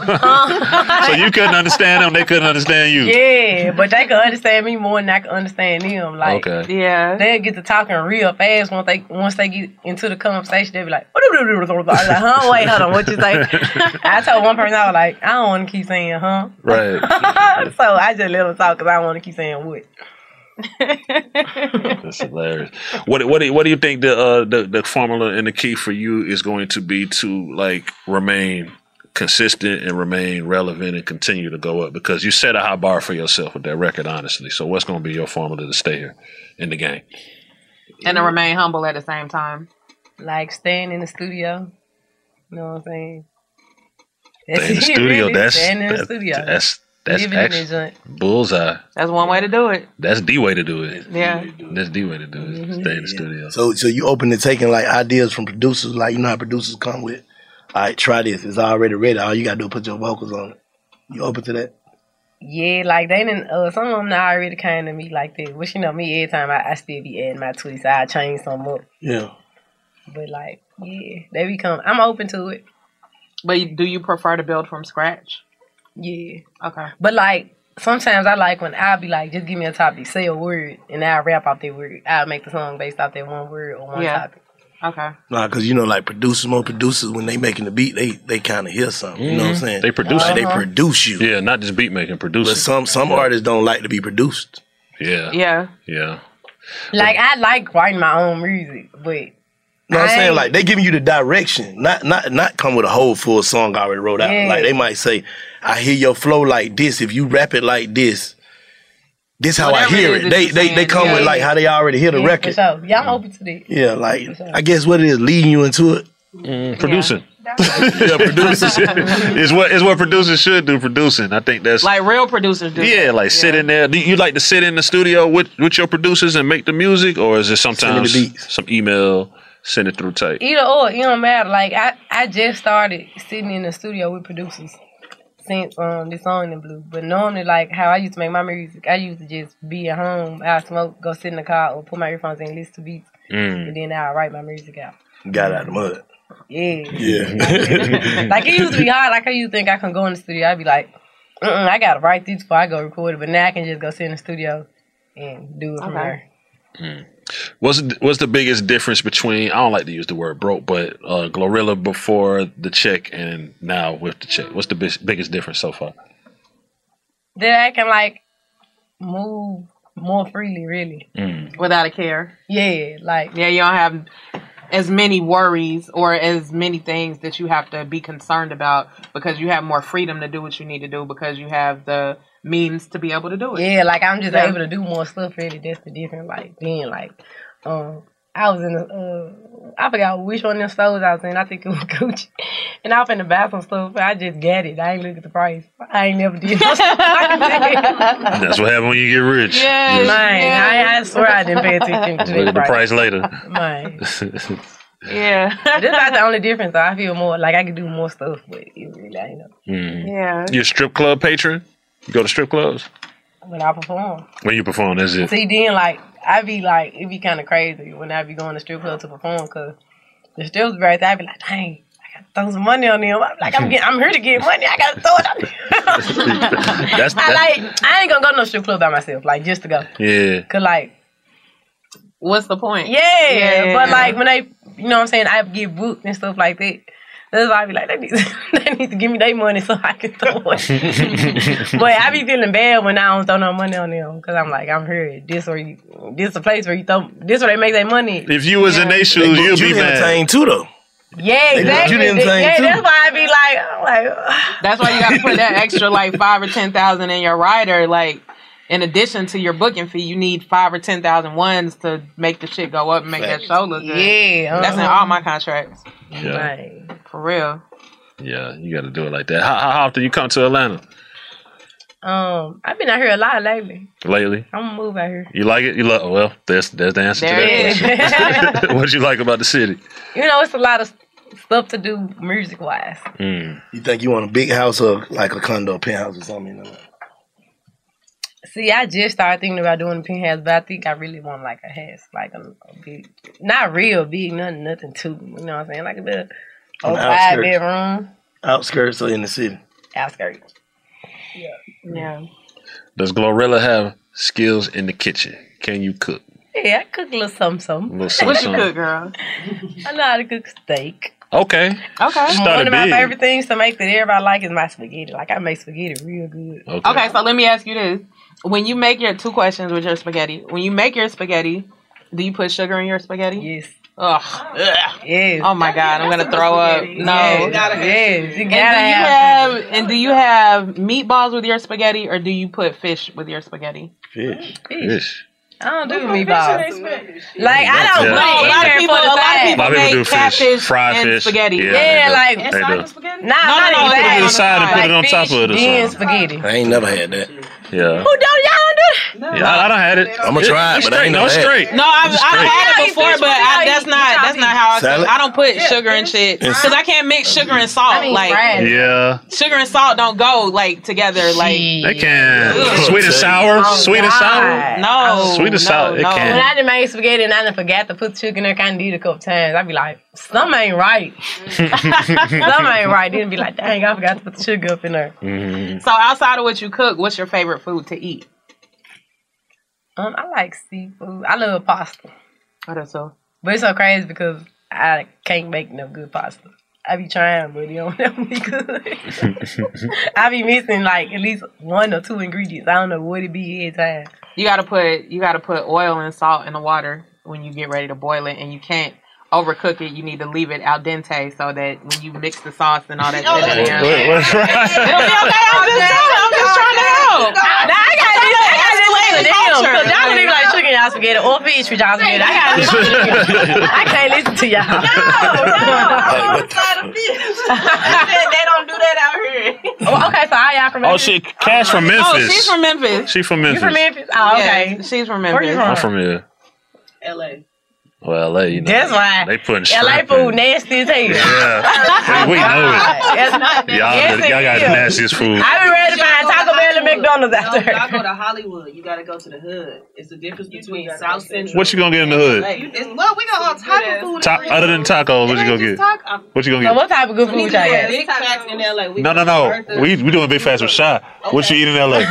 Speaker 5: so you couldn't understand them; they couldn't understand you.
Speaker 4: Yeah, but they could understand me more than I could understand them. Like,
Speaker 5: Okay.
Speaker 6: yeah,
Speaker 4: they get to talking real fast once they once they get into the conversation. They be like, I was like, huh? Wait, hold on, what you say? I told one person I was like, I don't want to keep saying huh.
Speaker 5: Right.
Speaker 4: so I just let them talk because I want to keep saying what.
Speaker 5: That's hilarious. What what do, what do you think the, uh, the the formula and the key for you is going to be to like remain consistent and remain relevant and continue to go up because you set a high bar for yourself with that record, honestly. So what's going to be your formula to stay here in the game?
Speaker 6: And to remain humble at the same time.
Speaker 4: Like staying in the studio. You know what I'm saying?
Speaker 5: Stay in the
Speaker 4: it,
Speaker 5: studio.
Speaker 4: really.
Speaker 5: that's
Speaker 4: staying in the
Speaker 5: that-
Speaker 4: studio.
Speaker 5: that's that's
Speaker 4: Living in
Speaker 5: actu-
Speaker 4: it, joint.
Speaker 5: bullseye.
Speaker 6: That's one way to do it.
Speaker 5: That's the way to do it.
Speaker 6: Yeah.
Speaker 4: Mm-hmm.
Speaker 5: That's the way to do it. Stay in the studio.
Speaker 2: So so you open to taking like ideas from producers, like you know how producers come with, all right, try this. It's already ready. All you gotta do is put your vocals on it. You open to that?
Speaker 4: Yeah, like they didn't. Uh, some of them not already came to me like that. Which you know me, every time I, I still be adding my tweets, I change some up.
Speaker 2: Yeah.
Speaker 4: But like, yeah, they become. I'm open to it.
Speaker 6: But you- do you prefer to build from scratch?
Speaker 4: Yeah.
Speaker 6: Okay.
Speaker 4: But like sometimes I like when I be like, just give me a topic, say a word, and I rap off that word. I'll make the song based off that one word or one
Speaker 6: Yeah.
Speaker 4: topic.
Speaker 6: Okay.
Speaker 2: Nah, cause you know, like producers, more producers when they making the beat, they they kind of hear something. You know what I'm
Speaker 4: Mm-hmm.
Speaker 5: Mhm.
Speaker 2: saying?
Speaker 5: They produce
Speaker 2: Like,
Speaker 5: it.
Speaker 4: Uh-huh.
Speaker 2: They produce you.
Speaker 5: Yeah, not just beat making, producing.
Speaker 2: But some some artists don't like to be produced.
Speaker 5: Yeah.
Speaker 6: Yeah.
Speaker 5: Yeah.
Speaker 4: Like I like writing my own music, but
Speaker 2: No, I'm
Speaker 4: I
Speaker 2: saying
Speaker 4: ain't-
Speaker 2: like they giving you the direction, not not not come with a whole full song I already wrote out.
Speaker 4: Yeah.
Speaker 2: Like they might say, "I hear your flow like this. If you rap it like this, this how
Speaker 4: Whatever
Speaker 2: I hear
Speaker 4: it is
Speaker 2: it."
Speaker 4: that
Speaker 2: They
Speaker 4: you're
Speaker 2: they they
Speaker 4: saying,
Speaker 2: come with
Speaker 4: yeah.
Speaker 2: like how they already hear the
Speaker 4: yeah,
Speaker 2: record.
Speaker 4: For sure. Yeah,
Speaker 2: Mm.
Speaker 4: I'm open to that.
Speaker 2: Yeah, like I guess what it is leading you into it.
Speaker 5: Mm, producing. yeah, producers is what is what producers should do. Producing, I think that's
Speaker 6: Like real producers do.
Speaker 5: yeah, like sit in there. Do you like to sit in the studio with with your producers and make the music, or is it sometimes
Speaker 2: the
Speaker 5: some email, send it through type?
Speaker 4: Either or, it don't matter. Like I, I just started sitting in the studio with producers since um this song in blue. But normally like how I used to make my music, I used to just be at home, I smoke, go sit in the car or put my earphones in, listen to beats,
Speaker 2: Mm.
Speaker 4: and then I write my music out.
Speaker 2: Got out of the mud.
Speaker 4: Yeah.
Speaker 2: Yeah.
Speaker 4: Like it used to be hard. Like how you think I can go in the studio? I'd be like, Mm-mm, I gotta write this before I go record it. But now I can just go sit in the studio and do it from
Speaker 6: Okay.
Speaker 4: there.
Speaker 5: What's what's the biggest difference between I don't like to use the word broke, but uh, Glorilla before the check and now with the check? What's the big, biggest difference so far?
Speaker 4: Then I can like move more freely, really.
Speaker 6: Without a care.
Speaker 4: Yeah, like
Speaker 6: Yeah, you don't have as many worries or as many things that you have to be concerned about because you have more freedom to do what you need to do because you have the means to be able to do it.
Speaker 4: Yeah, like I'm just
Speaker 6: Yeah.
Speaker 4: able to do more stuff. Really, that's the difference. Like being like, um, I was in the, uh, I forgot which one of them stores I was in. I think it was Gucci, and I was in the bathroom stuff. I just got it. I ain't look at the price. I ain't never did. no stuff like that.
Speaker 5: That's what happens when you get rich.
Speaker 4: Mine, I, I swear I didn't pay attention to
Speaker 5: Look
Speaker 4: the
Speaker 5: at the
Speaker 4: price.
Speaker 5: price later.
Speaker 4: Mine. Yeah. That's not the only difference. though. I feel more like I can do more stuff, but it really, I know.
Speaker 5: Hmm.
Speaker 4: Yeah.
Speaker 5: You a strip club patron? You go to strip clubs?
Speaker 4: When I perform.
Speaker 5: Where you perform, is it?
Speaker 4: See, then like I be like, it be kind of crazy when I be going to strip club to perform because the strips right there. I be like, dang, I got to throw some money on them. I'm like, I'm getting, I'm here to get money. I got to throw it out. I
Speaker 5: That's, that's-
Speaker 4: like, I ain't gonna go to no strip club by myself, like just to go.
Speaker 5: yeah.
Speaker 4: Cause like,
Speaker 6: what's the point?
Speaker 4: Yeah,
Speaker 6: Yeah.
Speaker 4: but like when they, you know, what I'm saying I get booked and stuff like that. That's why I be like, they need, they need to give me their money so I can throw it. but I be feeling bad when I don't throw no money on them because I'm like, I'm here. This where you, this a place where you throw, this where they make their money.
Speaker 5: If you was in their shoes, you'd be mad.
Speaker 2: too, though.
Speaker 4: Yeah,
Speaker 5: They
Speaker 4: exactly.
Speaker 5: do the same
Speaker 4: yeah,
Speaker 5: too.
Speaker 4: that's why I be like, I'm like,
Speaker 6: That's why you got to put that extra like five or ten thousand in your rider. Like, in addition to your booking fee, you need five or ten thousand ones to make the shit go up and make that show look good.
Speaker 4: Yeah,
Speaker 6: that's in
Speaker 4: uh-huh.
Speaker 6: all my contracts.
Speaker 5: Yeah.
Speaker 6: for real.
Speaker 5: Yeah, you got to do it like that. How, how often you come to Atlanta
Speaker 4: um, I've been out here a lot lately.
Speaker 5: lately?
Speaker 4: I'm gonna move out here.
Speaker 5: You like it? You love? Well, there's there's the answer
Speaker 4: There
Speaker 5: to that
Speaker 4: it is.
Speaker 5: question. what you like about the city?
Speaker 4: You know, it's a lot of stuff to do music wise.
Speaker 5: Mm.
Speaker 2: You think you want a big house or like a condo, penthouse or something? You know?
Speaker 4: See, I just started thinking about doing the penthouse, but I think I really want like a house, like a, a big, not real big, nothing, nothing too. You know what I'm saying? Like a little
Speaker 2: On
Speaker 4: old
Speaker 2: the
Speaker 4: five
Speaker 2: outskirts.
Speaker 4: bedroom
Speaker 2: Outskirts or in the city?
Speaker 4: outskirts. Yeah, yeah,
Speaker 5: Does Glorilla have skills in the kitchen? Can you cook?
Speaker 4: yeah. I cook a little something,
Speaker 5: A
Speaker 4: something.
Speaker 5: little something, What you something. cook,
Speaker 4: girl? I know how to cook steak.
Speaker 5: Okay.
Speaker 6: Okay.
Speaker 4: One
Speaker 5: Started
Speaker 4: of my
Speaker 5: big.
Speaker 4: favorite things to make that everybody like is my spaghetti. Like I make spaghetti real good.
Speaker 6: Okay. so let me ask you this: When you make your two questions with your spaghetti, when you make your spaghetti, do you put sugar in your spaghetti?
Speaker 4: Yes.
Speaker 6: Ugh.
Speaker 11: øh.
Speaker 4: Yes.
Speaker 6: Oh my god, I'm gonna throw up. No.
Speaker 4: Spaghetti. Yes, you gotta have Yes, you
Speaker 6: and do you
Speaker 4: gotta
Speaker 6: have,
Speaker 4: have
Speaker 6: and do you have meatballs with your spaghetti, or do you put fish with your spaghetti?
Speaker 5: Fish.
Speaker 4: Fish.
Speaker 5: Fish.
Speaker 4: I don't do
Speaker 6: What kind of
Speaker 4: meatballs.
Speaker 6: fish
Speaker 4: Like I don't
Speaker 5: Yeah.
Speaker 4: put it
Speaker 5: No,
Speaker 4: in
Speaker 5: a lot of
Speaker 4: there
Speaker 6: people-
Speaker 4: for the
Speaker 6: a lot of
Speaker 4: side.
Speaker 6: people A lot of people make do fish, catfish
Speaker 5: fried and fish. spaghetti. Yeah,
Speaker 4: Yeah,
Speaker 5: they do.
Speaker 4: like
Speaker 5: They do.
Speaker 4: Nah, not
Speaker 6: no,
Speaker 4: even
Speaker 6: they put it
Speaker 4: that.
Speaker 5: on the side and put it on
Speaker 4: Like
Speaker 5: top of it or
Speaker 4: fish, Then
Speaker 5: something.
Speaker 4: spaghetti.
Speaker 2: I ain't never had that.
Speaker 5: Yeah.
Speaker 4: Who don't Oh, y'all don't do? that?
Speaker 5: Yeah, I, I don't had it.
Speaker 2: I'ma try it,
Speaker 5: It's
Speaker 2: but
Speaker 5: straight.
Speaker 2: I ain't
Speaker 5: no,
Speaker 2: never
Speaker 5: it's
Speaker 2: had it.
Speaker 5: straight.
Speaker 6: No, I've,
Speaker 5: It's
Speaker 6: I've
Speaker 5: straight.
Speaker 6: had
Speaker 4: Y'all
Speaker 6: it
Speaker 4: eat
Speaker 6: before,
Speaker 4: fish
Speaker 6: but
Speaker 4: with
Speaker 6: I,
Speaker 4: y'all
Speaker 6: that's
Speaker 4: eat
Speaker 6: not
Speaker 4: with
Speaker 6: that's
Speaker 4: y'all
Speaker 6: not how I cook.
Speaker 2: Salad?
Speaker 6: I don't put sugar and shit because I can't mix sugar and salt.
Speaker 4: I mean,
Speaker 6: like
Speaker 4: fried.
Speaker 5: Yeah.
Speaker 6: sugar and salt don't go like together. Like
Speaker 5: They can. Sweet and sour.
Speaker 4: Oh,
Speaker 5: sweet and sour.
Speaker 6: No,
Speaker 5: Sweet and sour. It
Speaker 4: When
Speaker 5: can.
Speaker 4: I done made spaghetti and I done forgot to put chicken in there, kind of did a couple times. I'd be like, some ain't right. some ain't right. Then be like, dang, I forgot to put the sugar up in there.
Speaker 5: Mm-hmm.
Speaker 6: So outside of what you cook, what's your favorite food to eat?
Speaker 4: Um, I like seafood. I love pasta.
Speaker 6: I do so.
Speaker 4: But it's so crazy because I can't make no good pasta. I be trying, but it don't ever be good. I be missing like at least one or two ingredients. I don't know what it be every time.
Speaker 6: You gotta put you gotta put oil and salt in the water when you get ready to boil it, and you can't overcook it. You need to leave it al dente so that when you mix the sauce and all that
Speaker 12: Oh,
Speaker 5: Wait,
Speaker 6: shit in there,
Speaker 5: wait, what's
Speaker 6: it'll be
Speaker 5: right?
Speaker 6: okay. I'm just telling. I'm just trying to help.
Speaker 4: Nah, I gotta be I gotta explain to them.
Speaker 6: Culture.
Speaker 4: Cause y'all don't even like chicken y'all spaghetti or fish with y'all spaghetti. I gotta listen to them. I can't listen to y'all.
Speaker 6: they don't do that out here.
Speaker 4: Oh, okay, so all y'all from
Speaker 5: Oh shit, Cash from Memphis.
Speaker 6: Oh, she's from Memphis.
Speaker 5: She from Memphis.
Speaker 4: You from Memphis? Oh, okay.
Speaker 6: Yeah, she's from
Speaker 4: Where you
Speaker 6: Memphis.
Speaker 5: I'm from here.
Speaker 4: LA.
Speaker 5: Well, LA, you know.
Speaker 4: That's why
Speaker 5: They putting
Speaker 4: LA
Speaker 5: shrimp
Speaker 4: food
Speaker 5: in.
Speaker 4: nasty as hell.
Speaker 5: Yeah. we know it.
Speaker 4: That's not
Speaker 5: Y'all, y'all got the nastiest food.
Speaker 4: I be ready to find Taco Bell and McDonald's out there.
Speaker 12: Y'all go to Hollywood. You gotta go to the hood. It's the difference between South Central.
Speaker 5: What you gonna get in the hood?
Speaker 12: Like, it's, well, we got all type of food.
Speaker 5: Ta- other than tacos, what you gonna get? um, What you gonna get?
Speaker 4: type of good
Speaker 12: food
Speaker 4: y'all got?
Speaker 12: Big facts in LA. We
Speaker 5: No, no,
Speaker 12: got
Speaker 5: no.
Speaker 12: Bertha's.
Speaker 5: We we doing big fast with shot. What you eat in L.A.?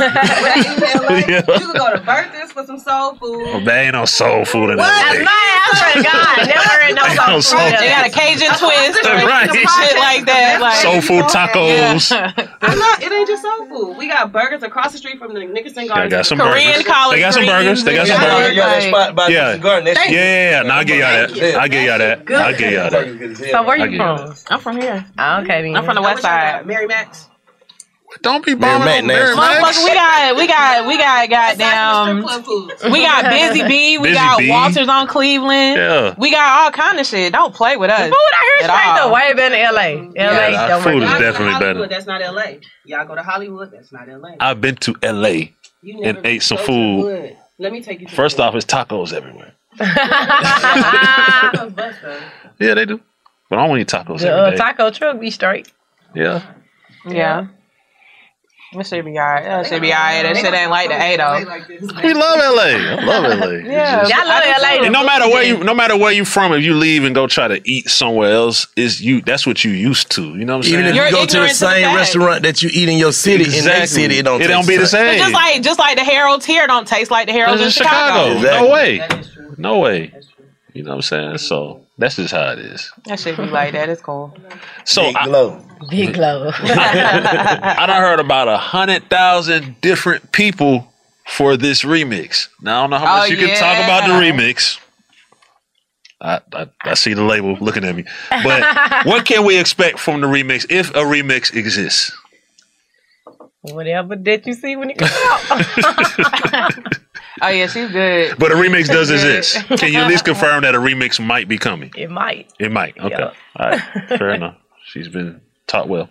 Speaker 12: You
Speaker 5: Yeah.
Speaker 12: can go to Bertha's for some soul food.
Speaker 5: Oh, There ain't no soul food in L.A.
Speaker 4: I swear to God, never heard no
Speaker 5: Soul
Speaker 4: soul
Speaker 5: food.
Speaker 4: food.
Speaker 5: They got
Speaker 6: a Cajun twist or
Speaker 5: Right.
Speaker 6: shit like that. Like
Speaker 5: Soul food tacos.
Speaker 12: I'm not. It ain't just soul food. We got burgers across the street from the Nickerson
Speaker 5: Yeah, I
Speaker 12: Garden.
Speaker 5: got some burgers. They got some burgers. They got some
Speaker 12: Yeah,
Speaker 5: burgers.
Speaker 12: yeah, that spot
Speaker 5: Yeah, yeah, yeah. yeah. Nah, I get y'all that. I get y'all that. I get y'all that.
Speaker 4: So where
Speaker 5: I
Speaker 4: you
Speaker 5: get y'all
Speaker 4: from? I'm from here. Oh, okay, then.
Speaker 6: Mm-hmm. I'm from the west side.
Speaker 12: Mary Max.
Speaker 5: Don't be
Speaker 2: bombing Mary Mac on Mary nasty. Mac.
Speaker 6: Motherfucker, we got, we got, we got, goddamn. We got Busy Bee. We
Speaker 12: Busy
Speaker 6: got
Speaker 12: Bee.
Speaker 6: Walters on Cleveland.
Speaker 5: Yeah.
Speaker 6: We got all kind of shit. Don't play with us. Mm-hmm.
Speaker 12: The food out
Speaker 4: here is straight though. Way better than
Speaker 6: LA.
Speaker 5: Yeah, nah, food is definitely
Speaker 12: Hollywood,
Speaker 5: better.
Speaker 12: that's not LA. Y'all go to Hollywood, that's not LA.
Speaker 5: I've been to L.A.
Speaker 12: You
Speaker 5: and
Speaker 12: never
Speaker 5: ate some
Speaker 12: go to the
Speaker 5: food.
Speaker 12: hood. Let me take you. To
Speaker 5: First
Speaker 12: the hood.
Speaker 5: off, it's tacos everywhere. Yeah, they do. But I don't eat tacos
Speaker 4: The
Speaker 5: every
Speaker 4: uh,
Speaker 5: day.
Speaker 4: taco truck be straight.
Speaker 5: yeah.
Speaker 6: Yeah. It should be alright. It should be alright. That shit ain't like the A though.
Speaker 5: We love LA. I love LA.
Speaker 6: Yeah,
Speaker 5: It's just-
Speaker 6: I love LA.
Speaker 5: And no matter where you, no matter where you from, if you leave and go try to eat somewhere else, is you. That's what you used to. You know what I'm saying?
Speaker 2: Even if you go to the same restaurant that you eat in your city, in that
Speaker 5: Exactly.
Speaker 2: city, it don't.
Speaker 5: It don't
Speaker 2: taste
Speaker 5: be the
Speaker 6: But
Speaker 5: same.
Speaker 6: Just like just like the Harold's here don't taste like the Harold's in
Speaker 5: That's in Chicago.
Speaker 6: Chicago.
Speaker 5: No way. No way. You know what I'm saying? So that's just how it is.
Speaker 6: That should be like that. It's cool.
Speaker 5: So I,
Speaker 6: Big glow.
Speaker 5: I done heard about a hundred thousand different people for this remix. Now I don't know how
Speaker 6: Oh,
Speaker 5: much you can talk
Speaker 6: yeah.
Speaker 5: about the remix. I, I I see the label looking at me. But what can we expect from the remix if a remix exists?
Speaker 4: Whatever that you see when it comes out.
Speaker 6: oh yeah, she's good.
Speaker 5: But a remix does exist. Can you at least confirm that a remix might be coming?
Speaker 4: It might.
Speaker 5: It might. Okay.
Speaker 4: Yeah.
Speaker 5: All right. Fair enough. She's been taught well.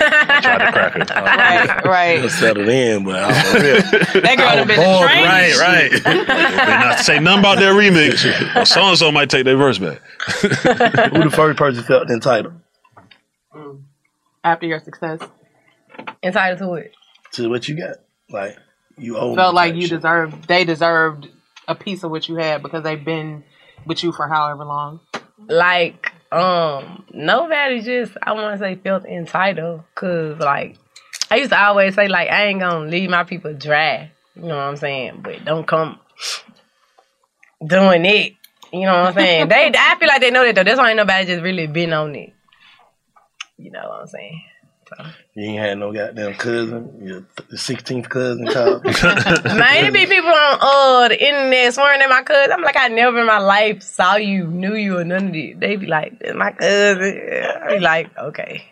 Speaker 5: I tried to crack her.
Speaker 6: Right, right.
Speaker 2: She'll settle in, but I don't
Speaker 6: That girl done been
Speaker 5: Oh, Boy,
Speaker 6: in training.
Speaker 5: right, right. They not say nothing about their remix. Well, so and so might take their verse back.
Speaker 2: Who the first person felt entitled
Speaker 6: After your success.
Speaker 4: Entitled to it.
Speaker 2: to what you got? Like you
Speaker 5: Oh
Speaker 2: owe.
Speaker 6: Felt
Speaker 2: me
Speaker 6: like
Speaker 2: type
Speaker 6: you
Speaker 2: shit.
Speaker 6: deserved they deserved a piece of what you had because they've been with you for however long.
Speaker 4: like um nobody just I want to say felt entitled because like I used to always say like I ain't gonna leave my people dry. You know what I'm saying? But don't come doing it. You know what I'm saying? they I feel like they know that though. That's why ain't nobody just really been on it. You know what I'm saying?
Speaker 2: You ain't had no goddamn cousin. Your sixteenth cousin
Speaker 4: Man,
Speaker 2: called.
Speaker 4: it be people on uh the internet swearing at my cousin. I'm like, I never in my life saw you, knew you, or none of it. They be like, "That's my cousin. I be like, okay.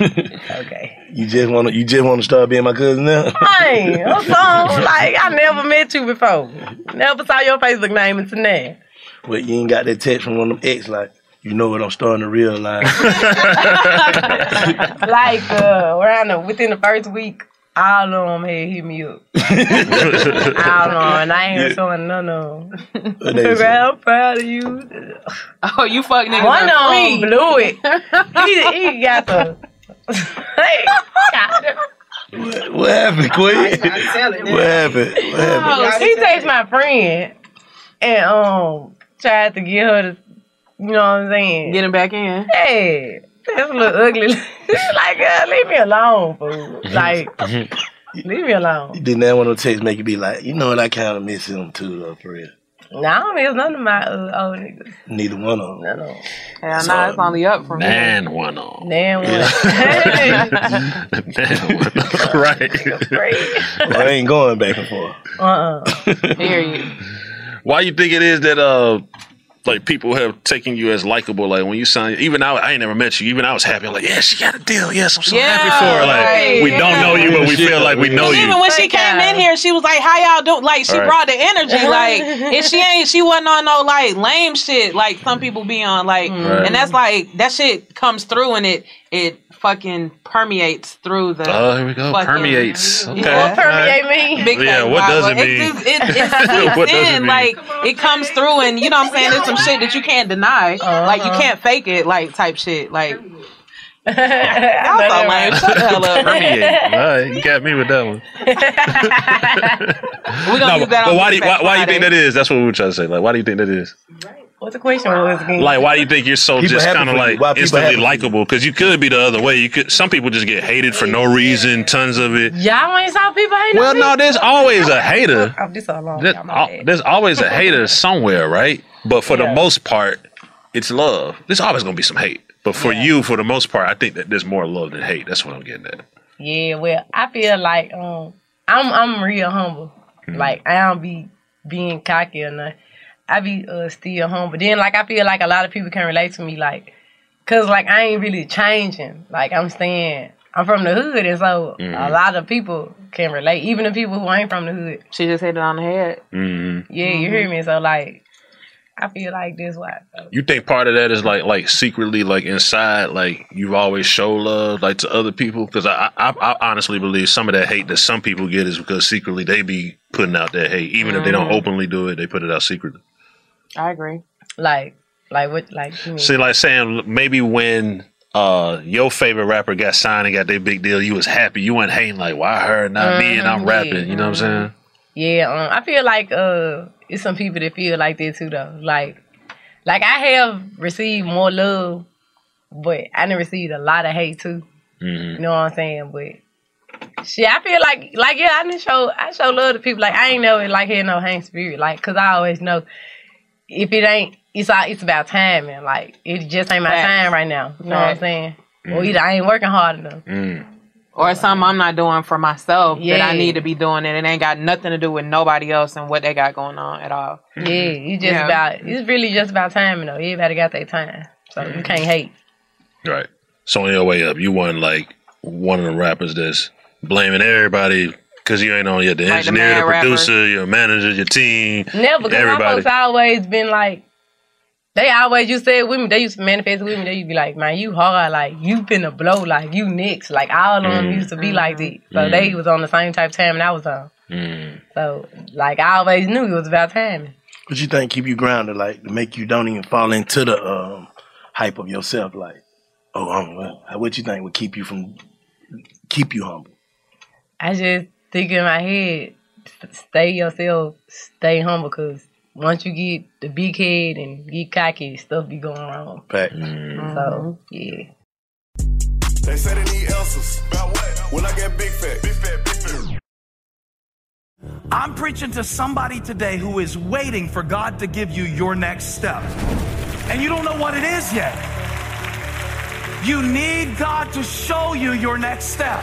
Speaker 4: okay.
Speaker 2: You just want to. You just want to start being my cousin now.
Speaker 4: Hey, what's on? Like, I never met you before. Never saw your Facebook name until now.
Speaker 2: But you ain't got that text from one of them ex like. You know what I'm starting to realize.
Speaker 4: Like, uh, around the, within the first week, all of them had hit me up. All of them, and I ain't heard showing none of them.
Speaker 2: What they say?
Speaker 4: Girl, I'm proud of you.
Speaker 6: Oh, you fuck niggas.
Speaker 4: One
Speaker 6: are
Speaker 4: of them
Speaker 6: free.
Speaker 4: blew it. He, he got the. Hey, God.
Speaker 2: What happened, Queen? What happened? What happened?
Speaker 4: Oh, she takes my friend and um tried to get her to, you know what I'm saying? Get
Speaker 6: him back in.
Speaker 4: Hey, that's a little ugly. She's like, girl, leave me alone, fool. Like,
Speaker 5: Mm-hmm.
Speaker 4: leave me alone.
Speaker 2: Didn't that one of them texts make you be like, you know what? I kind of miss him too, though, for real.
Speaker 4: No, I don't miss none of my uh, old niggas.
Speaker 2: Neither one of
Speaker 4: them. Hell
Speaker 6: no, it's only up from
Speaker 5: And one on.
Speaker 4: Damn one.
Speaker 5: Man, one on. right.
Speaker 2: I ain't going back and forth.
Speaker 4: Uh-uh.
Speaker 5: Why you think it is that uh like people have taken you as likable? Like when you sign, even I, I ain't never met you. Even I was happy. Like yeah, she got a deal. Yes, I'm so happy for her. Like
Speaker 6: Oh, right,
Speaker 5: we don't
Speaker 6: yeah.
Speaker 5: know you, but we
Speaker 6: Shit,
Speaker 5: feel like we know
Speaker 6: Because
Speaker 5: you.
Speaker 6: even when she came in here, she was like, "How y'all doing?" Like she
Speaker 5: Right.
Speaker 6: brought the energy. Like if she ain't, she wasn't on no like lame shit. Like some people be on. Like
Speaker 5: Mm. Right.
Speaker 6: and that's like that shit comes through and it it fucking permeates through the.
Speaker 5: Oh, here we go.
Speaker 6: fucking-
Speaker 5: Permeates. Okay.
Speaker 6: Yeah.
Speaker 5: All right.
Speaker 6: Big
Speaker 5: Yeah,
Speaker 6: thing,
Speaker 5: what
Speaker 6: Bible.
Speaker 5: does it mean?
Speaker 6: It, just- it, it seeps
Speaker 5: What does it
Speaker 6: in,
Speaker 5: mean?
Speaker 6: like it comes through, and you know what I'm saying. There's some shit that you can't deny, like you can't fake it, like type shit, like. Y'all so lame. Shut the hell up.
Speaker 5: Permeate. All right, you got me with that one.
Speaker 6: We gonna
Speaker 5: No,
Speaker 6: use
Speaker 5: but,
Speaker 6: that
Speaker 5: but
Speaker 6: on
Speaker 5: why do you, why,
Speaker 6: Back
Speaker 5: why do you
Speaker 6: Friday.
Speaker 5: think that is? That's what we were trying to say. Like, why do you think that is?
Speaker 4: What the question was again?
Speaker 5: Like, why do you think you're so
Speaker 2: People
Speaker 5: just
Speaker 2: happy
Speaker 5: kind of
Speaker 2: for you.
Speaker 5: like
Speaker 2: Why people happy
Speaker 5: instantly
Speaker 2: for you.
Speaker 5: likable? Because you could be the other way. You could. Some people just get hated for no reason. Tons of it.
Speaker 4: Y'all ain't saw people hating
Speaker 5: Well,
Speaker 4: on me?
Speaker 5: no, there's always a hater.
Speaker 4: Oh, this so long.
Speaker 5: There- al- uh, there's always a hater somewhere, right? But for the most part, it's love. There's always gonna be some hate. But for you, for the most part, I think that there's more love than hate. That's what I'm getting at.
Speaker 4: Yeah, well, I feel like um, I'm I'm real humble. Like I don't be being cocky or nothing. I be uh, still humble. Then like I feel like a lot of people can relate to me, like, cause like I ain't really changing. Like I'm staying. I'm from the hood, and so a
Speaker 6: Mhm.
Speaker 4: lot of people can relate. Even the people who ain't from the hood.
Speaker 6: She just hit it on the head.
Speaker 5: Mm-hmm.
Speaker 4: Yeah, you hear me? So like, I feel like this why.
Speaker 5: You think part of that is like, like secretly, like inside, like you've always show love, like to other people. Because I, I, I honestly believe some of that hate that some people get is because secretly they be putting out that hate, even if they don't
Speaker 4: Mhm.
Speaker 5: openly do it, they put it out secretly.
Speaker 6: I agree.
Speaker 4: Like, like what? Like, you mean-
Speaker 5: See, like Sam, maybe when uh your favorite rapper got signed and got their big deal, you was happy. You weren't hating like, why her, not me, and
Speaker 4: Mhm,
Speaker 5: I'm
Speaker 4: yeah,
Speaker 5: rapping. You know what I'm saying?
Speaker 4: yeah. Um, I feel like uh, it's some people that feel like that too, though. Like, like I have received more love, but I done received a lot of hate too.
Speaker 5: Mm-hmm.
Speaker 4: You know what I'm saying? But shit, I feel like like yeah, I didn't show I show love to people. Like I ain't never like had no hang spirit. Like cause I always know if it ain't it's all, it's about timing. Like it just ain't my
Speaker 6: Facts.
Speaker 4: time right now. You know what I'm
Speaker 6: Facts. Mm-hmm.
Speaker 4: saying? Or either I ain't working hard enough.
Speaker 5: Mm.
Speaker 6: Or something I'm not doing for myself that I
Speaker 4: Yeah.
Speaker 6: need to be doing, and it ain't got nothing to do with nobody else and what they got going on at all.
Speaker 5: Mm.
Speaker 4: Yeah, it's
Speaker 6: Mm-hmm.
Speaker 4: just
Speaker 6: Yeah.
Speaker 4: about it's really just about timing though. Everybody got their time. So
Speaker 6: Mm-hmm.
Speaker 4: you can't hate.
Speaker 5: Right. So on your way up, you weren't like one of the rappers that's blaming everybody because you ain't on yet the
Speaker 4: Like the
Speaker 5: engineer,
Speaker 4: mad
Speaker 5: the,
Speaker 4: rapper.
Speaker 5: producer, your manager, your team.
Speaker 4: Never because my
Speaker 5: everybody.
Speaker 4: folks always been like they always used to say it with me, they used to manifest it with me, they used to be like, Man, you hard, like you finna blow, like you next. Like all of them
Speaker 5: Mm.
Speaker 4: used to be like that. So
Speaker 5: Mm.
Speaker 4: they was on the same type of time and I was on.
Speaker 5: Mm.
Speaker 4: So like I always knew it was about timing.
Speaker 2: What you think keep you grounded, like to make you don't even fall into the um, hype of yourself? Like, oh, I'm well. What you think would keep you from keep you humble?
Speaker 4: I just think in my head, s- stay yourself, stay humble, cause once you get the big head and get cocky, stuff be going wrong.
Speaker 2: Fact.
Speaker 4: So yeah.
Speaker 9: They say they need answers. About what? When I get big fat. Big fat, big fat.
Speaker 13: I'm preaching to somebody today who is waiting for God to give you your next step. And you don't know what it is yet. You need God to show you your next step.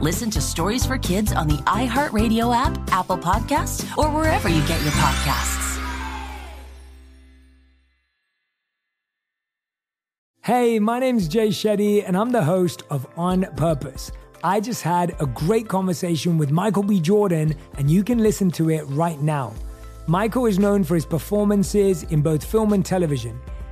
Speaker 7: Listen to Stories for Kids on the iHeartRadio app, Apple Podcasts, or wherever you get your podcasts.
Speaker 14: Hey, my name's Jay Shetty, and I'm the host of On Purpose. I just had a great conversation with Michael B. Jordan, and you can listen to it right now. Michael is known for his performances in both film and television.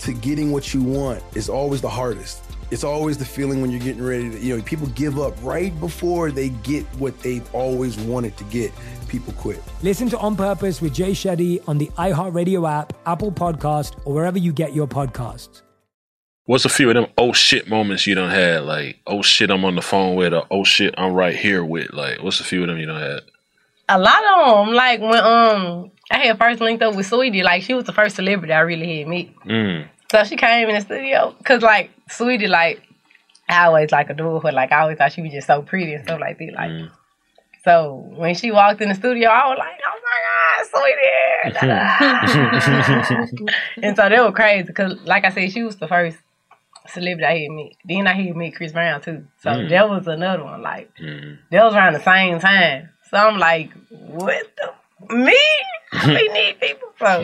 Speaker 15: to getting what you want is always the hardest. It's always the feeling when you're getting ready to, you know, people give up right before they get what they've always wanted to get. People quit.
Speaker 14: Listen to On Purpose with Jay Shetty on the iHeartRadio app, Apple Podcast, or wherever you get your podcasts.
Speaker 5: What's a few of them oh shit moments you done had? Like, oh shit, I'm on the phone with, or oh shit, I'm right here with. Like, what's a few of them you done had?
Speaker 4: A lot of them, like when um I had first linked up with Sweetie, like she was the first celebrity I really had meet.
Speaker 5: Mm.
Speaker 4: So she came in the studio because like Sweetie, like I always like adored her. Like I always thought she was just so pretty and stuff like that. Like so when she walked in the studio, I was like, oh my god, Sweetie. and so they were crazy because, like I said, she was the first celebrity I had met. Then I had met Chris Brown too. So
Speaker 12: Mm.
Speaker 4: that was another one. Like
Speaker 5: Mm,
Speaker 4: that was around the same time. So I'm like, what the me? we need people. So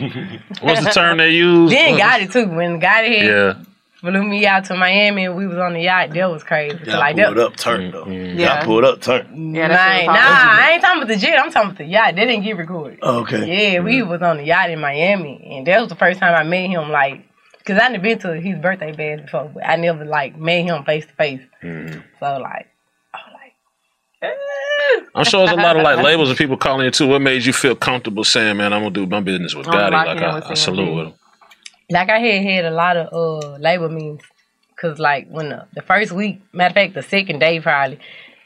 Speaker 5: What's the term they use?
Speaker 4: then
Speaker 5: What-
Speaker 4: Gotti too. When Gotti had
Speaker 5: Yeah.
Speaker 4: flew me out to Miami and we was on the yacht, that was crazy.
Speaker 2: Y'all
Speaker 4: like that.
Speaker 2: pulled up, turned though.
Speaker 4: Yeah. Mm-hmm.
Speaker 2: Y'all pulled up, turned.
Speaker 4: Yeah, nah, I ain't talking about the jet. I'm talking about the yacht. They didn't get recorded.
Speaker 2: Okay.
Speaker 4: Yeah, we was on the yacht in Miami, and that was the first time I met him. Like, cause I never been to his birthday bash before, but I never like met him face to face.
Speaker 5: Mm-hmm.
Speaker 4: So like,
Speaker 5: I'm sure there's a lot of like labels and people calling in too. What made you feel comfortable saying, man, I'm gonna do my business with
Speaker 4: I'm
Speaker 5: Gotti?
Speaker 4: locking
Speaker 5: Like,
Speaker 4: in
Speaker 5: I,
Speaker 4: with
Speaker 5: I salute with him.
Speaker 4: like I had had a lot of uh labor meetings, cause like when the, the first week, matter of fact, the second day probably,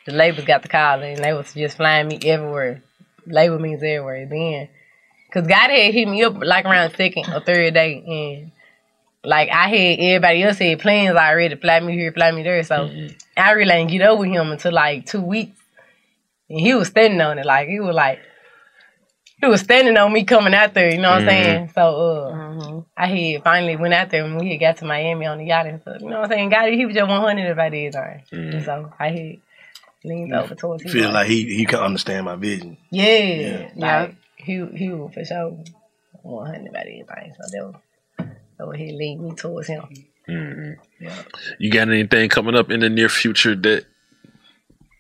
Speaker 4: the labels got the call and they was just flying me everywhere, labor meetings everywhere. Then, cause God had hit me up like around the second or third day, and like I had everybody else had plans already, fly me here, fly me there. So I really ain't get up with him until like two weeks, and he was standing on it, like he was like. He was standing on me coming out there, you know what
Speaker 12: Mhm.
Speaker 4: I'm saying? So uh I had finally went out there when we had got to Miami on the yacht and stuff. You know what I'm saying? God, he was just 100 about his time.
Speaker 2: Mhm.
Speaker 4: So I had leaned over towards him.
Speaker 2: Feel like he he can understand my vision.
Speaker 4: Yeah.
Speaker 2: Yeah.
Speaker 4: Like, he, he was for sure 100 about his time. So that was, that was he lead me towards him.
Speaker 5: Mhm.
Speaker 2: Mm-hmm.
Speaker 4: Yeah.
Speaker 5: You got anything coming up in the near future that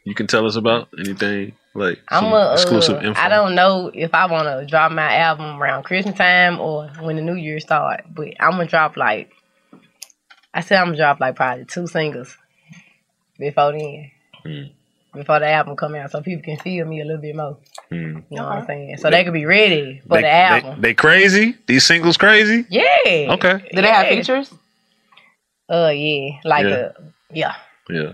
Speaker 5: you can tell us about? Anything like
Speaker 4: I'm
Speaker 5: some
Speaker 4: a, uh,
Speaker 5: exclusive info?
Speaker 4: I don't know if I want to drop my album around Christmas time or when the new year starts, but I'm gonna drop like I said, I'm gonna drop like probably two singles before then,
Speaker 5: Hmm.
Speaker 4: before the album come out, so people can feel me a little bit more.
Speaker 5: Mm.
Speaker 4: You know what I'm saying? So they could be ready for the album.
Speaker 5: They, crazy? These singles crazy?
Speaker 4: yeah.
Speaker 5: Okay.
Speaker 4: Do they have features? Uh, yeah, like
Speaker 5: Yeah.
Speaker 4: uh, yeah.
Speaker 5: Yeah.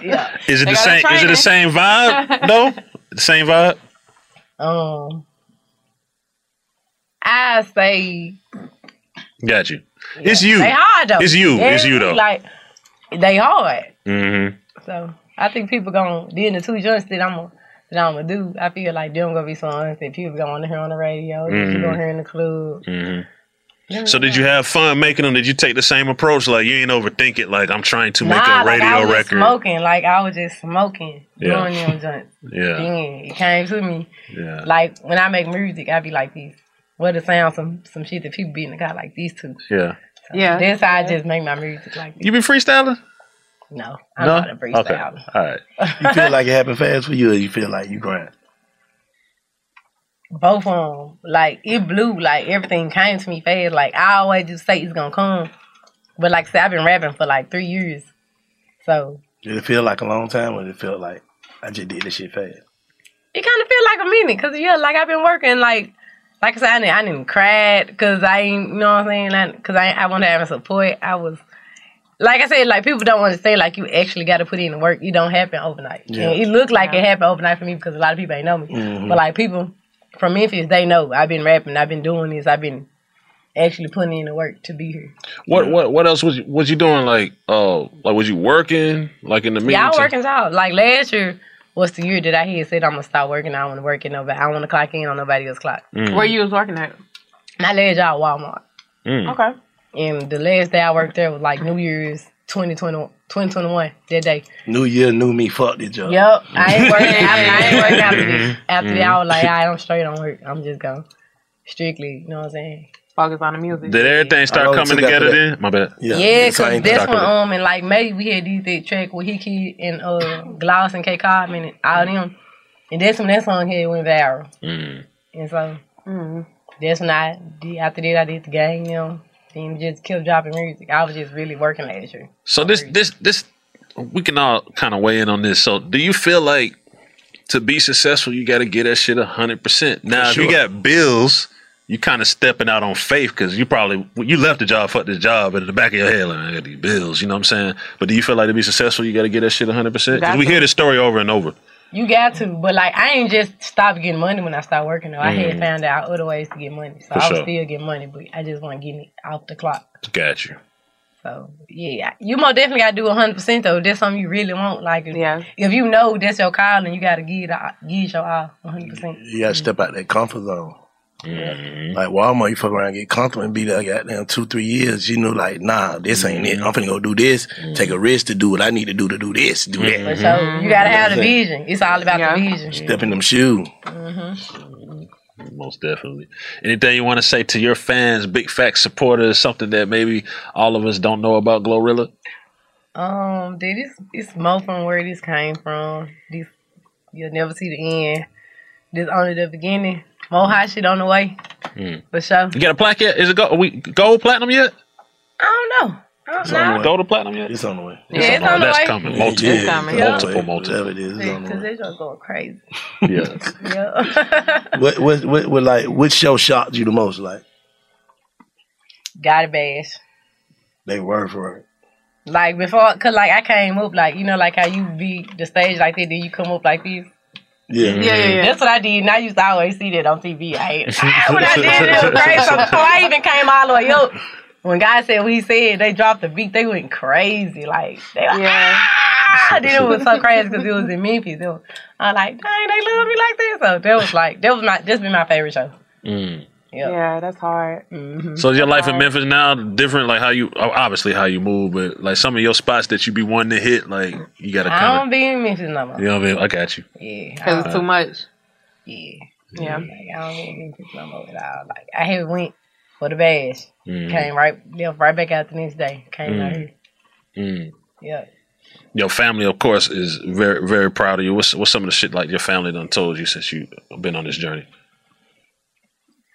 Speaker 4: Yeah.
Speaker 5: Is it
Speaker 4: They
Speaker 5: the
Speaker 4: gotta
Speaker 5: same?
Speaker 4: try
Speaker 5: Is it the
Speaker 4: it.
Speaker 5: same vibe? No, the same vibe.
Speaker 4: Um, I say
Speaker 5: Got you. It's you.
Speaker 4: They hard though.
Speaker 5: It's you.
Speaker 4: Yeah,
Speaker 5: it's you though.
Speaker 4: Like they hard.
Speaker 5: mm-hmm.
Speaker 4: So I think people gonna then the two joints that I'm gonna- that I'm gonna do. I feel like them gonna be songs that people gonna want to hear on the radio. that You
Speaker 5: Mhm.
Speaker 4: gonna hear in the club.
Speaker 5: Mm-hmm. So did you have fun making them? Did you take the same approach? Like you ain't overthink it. Like I'm trying to make
Speaker 4: Nah,
Speaker 5: a radio
Speaker 4: like I was just
Speaker 5: record.
Speaker 4: smoking, like I was just smoking
Speaker 5: Yeah.
Speaker 4: doing them joints.
Speaker 5: Yeah.
Speaker 4: Then it came to me.
Speaker 5: Yeah.
Speaker 4: Like when I make music, I be like these. What it sound some some shit that people be in the car like these two.
Speaker 5: yeah.
Speaker 4: yeah. That's how I just make my music like.
Speaker 5: You been freestyling?
Speaker 4: No,
Speaker 2: I'm not a
Speaker 4: freestyle.
Speaker 2: Okay.
Speaker 5: All right.
Speaker 2: You feel like it happened fast for you, or you feel like you grind?
Speaker 4: both of them. Like it blew. Like everything came to me fast. Like I always just say it's gonna come, but like I said, I've been rapping for like three years, so
Speaker 2: Did it feel like a long time, or did it feel like I just did this shit fast?
Speaker 4: it kind of feel like a minute. Cause yeah, like I've been working. Like like I said, I didn't, I didn't cry because I ain't. You know what I'm saying? I, Cause I I wanted to have support. I was. Like I said, like people don't understand. Like you actually got to put in the work. It don't happen overnight.
Speaker 12: Yeah.
Speaker 4: And it looked like it
Speaker 12: Yeah.
Speaker 4: happened overnight for me because a lot of people ain't know me.
Speaker 12: Mhm.
Speaker 4: But like people from Memphis, they know I've been rapping. I've been doing this. I've been actually putting in the work to be here.
Speaker 5: What what what else was you, was you doing? Like oh, like was you working? Like in the meeting?
Speaker 4: Y'all working out. Like last year was the year that I had said I'm gonna stop working. I don't want to work at nobody. I don't want to clock in on nobody else's clock.
Speaker 5: Mm. Where
Speaker 4: you was working at? I last y'all Walmart.
Speaker 5: Mm.
Speaker 4: Okay. And the last day I worked there was like New Year's 2020, 2021, That day.
Speaker 2: New year, new me. Fuck this job.
Speaker 4: Yep. I ain't working. I, I ain't working after this. After that, I was
Speaker 2: Mhm.
Speaker 5: Mm.
Speaker 4: like, "Alright, I'm straight on work. I'm just going strictly. You know what I'm saying? Focus on the music.
Speaker 5: Did everything
Speaker 2: How
Speaker 5: start
Speaker 2: long it
Speaker 5: coming
Speaker 2: took after
Speaker 5: together
Speaker 2: that?
Speaker 5: then? My bad.
Speaker 4: Yeah, because that's when um and like maybe we had these that track with Hickey and uh Gloss and K Codman and all them, and that's when that song had went viral,
Speaker 5: Mm.
Speaker 4: and so that's when I did, after that I did the game, you know, and just kept dropping music. I was just really working last year.
Speaker 5: So this this this we can all kind of weigh in on this. So do you feel like to be successful you got to get that shit hundred percent? Now if you
Speaker 2: sure.
Speaker 5: got bills, you kind of stepping out on faith because you probably you left the job, fuck this job, but in the back of your head like I got these bills. You know what I'm saying? But do you feel like to be successful you got to get that shit hundred percent? Because we
Speaker 4: Exactly.
Speaker 5: hear this story over and over.
Speaker 4: You got to, but like I ain't just stopped getting money when I started working though. I
Speaker 5: Mm.
Speaker 4: had found out other ways to get money, so
Speaker 5: For
Speaker 4: I was
Speaker 5: sure.
Speaker 4: still getting money, but I just want to get it off the clock.
Speaker 5: Got you.
Speaker 4: So yeah, you most definitely gotta do hundred percent though. If That's something you really want. Like if, if you know that's your calling, you gotta give it all- give your all hundred percent.
Speaker 2: You gotta step out that comfort zone. Like Walmart, you fuck around, and get comfortable, and be there goddamn two, three years. You know, like nah, this ain't it. I'm finna go do this. Take a risk to do what I need to do to do this, do that.
Speaker 4: For sure, you gotta have the
Speaker 2: Yeah.
Speaker 4: vision. Mm-hmm. It's all about the vision.
Speaker 2: Step in them shoes.
Speaker 4: Mm-hmm.
Speaker 5: Most definitely. Anything you want to say to your fans, big fact supporters, something that maybe all of us don't know about Glorilla?
Speaker 4: Um, dude, it's it's more from where this came from. This you'll never see the end. This only the beginning. More hot shit on the way
Speaker 5: Mm.
Speaker 4: for sure.
Speaker 5: You got a plaque yet? Is it go- are we gold platinum yet?
Speaker 4: I don't know. I don't know.
Speaker 5: Gold or platinum yet?
Speaker 2: It's on the way.
Speaker 4: Yeah, it's on the
Speaker 5: That's
Speaker 4: way.
Speaker 5: coming. Multiple,
Speaker 4: It's coming. Yeah.
Speaker 5: multiple, multiple.
Speaker 4: Cause they just going crazy.
Speaker 5: Yeah.
Speaker 4: Yeah.
Speaker 2: What, what, what, what, like, which show shocked you the most? Like,
Speaker 4: Got it, bash.
Speaker 2: they word for it.
Speaker 4: Like before, cause like I came up like you know like how you be the stage like that, then you come up like this.
Speaker 2: Yeah.
Speaker 4: That's what I did. And I used to always see that on TV. I when I did it, it was crazy. So before I even came all the way up, when God said what He said, they dropped the beat. They went crazy. Like they like ah. Then it was so crazy because it was in Memphis. It was, I like dang, they love me like this. So that was like that was my that's been my favorite show.
Speaker 5: Mm.
Speaker 4: Yeah, that's hard. hmm
Speaker 5: So is your life in Memphis now different? Like how you, oh, obviously how you move, but like some of your spots that you be wanting to hit, like you got to
Speaker 4: I
Speaker 5: kind
Speaker 4: don't be in Memphis no
Speaker 5: of,
Speaker 4: more.
Speaker 5: you know what I mean? I got you.
Speaker 4: Um, Yeah, I
Speaker 6: Because
Speaker 4: don't-
Speaker 6: it's too much.
Speaker 4: Yeah.
Speaker 6: Yeah.
Speaker 4: Like, I don't even think it's no more at all. Like I had went for the bash.
Speaker 2: Mm.
Speaker 5: Mhm.
Speaker 4: Came right left right back out the next day. Came out
Speaker 5: Mhm.
Speaker 4: here.
Speaker 5: Mm.
Speaker 4: Yeah.
Speaker 5: Your family, of course, is very, very proud of you. What's, what's some of the shit like your family done told you since you've been on this journey?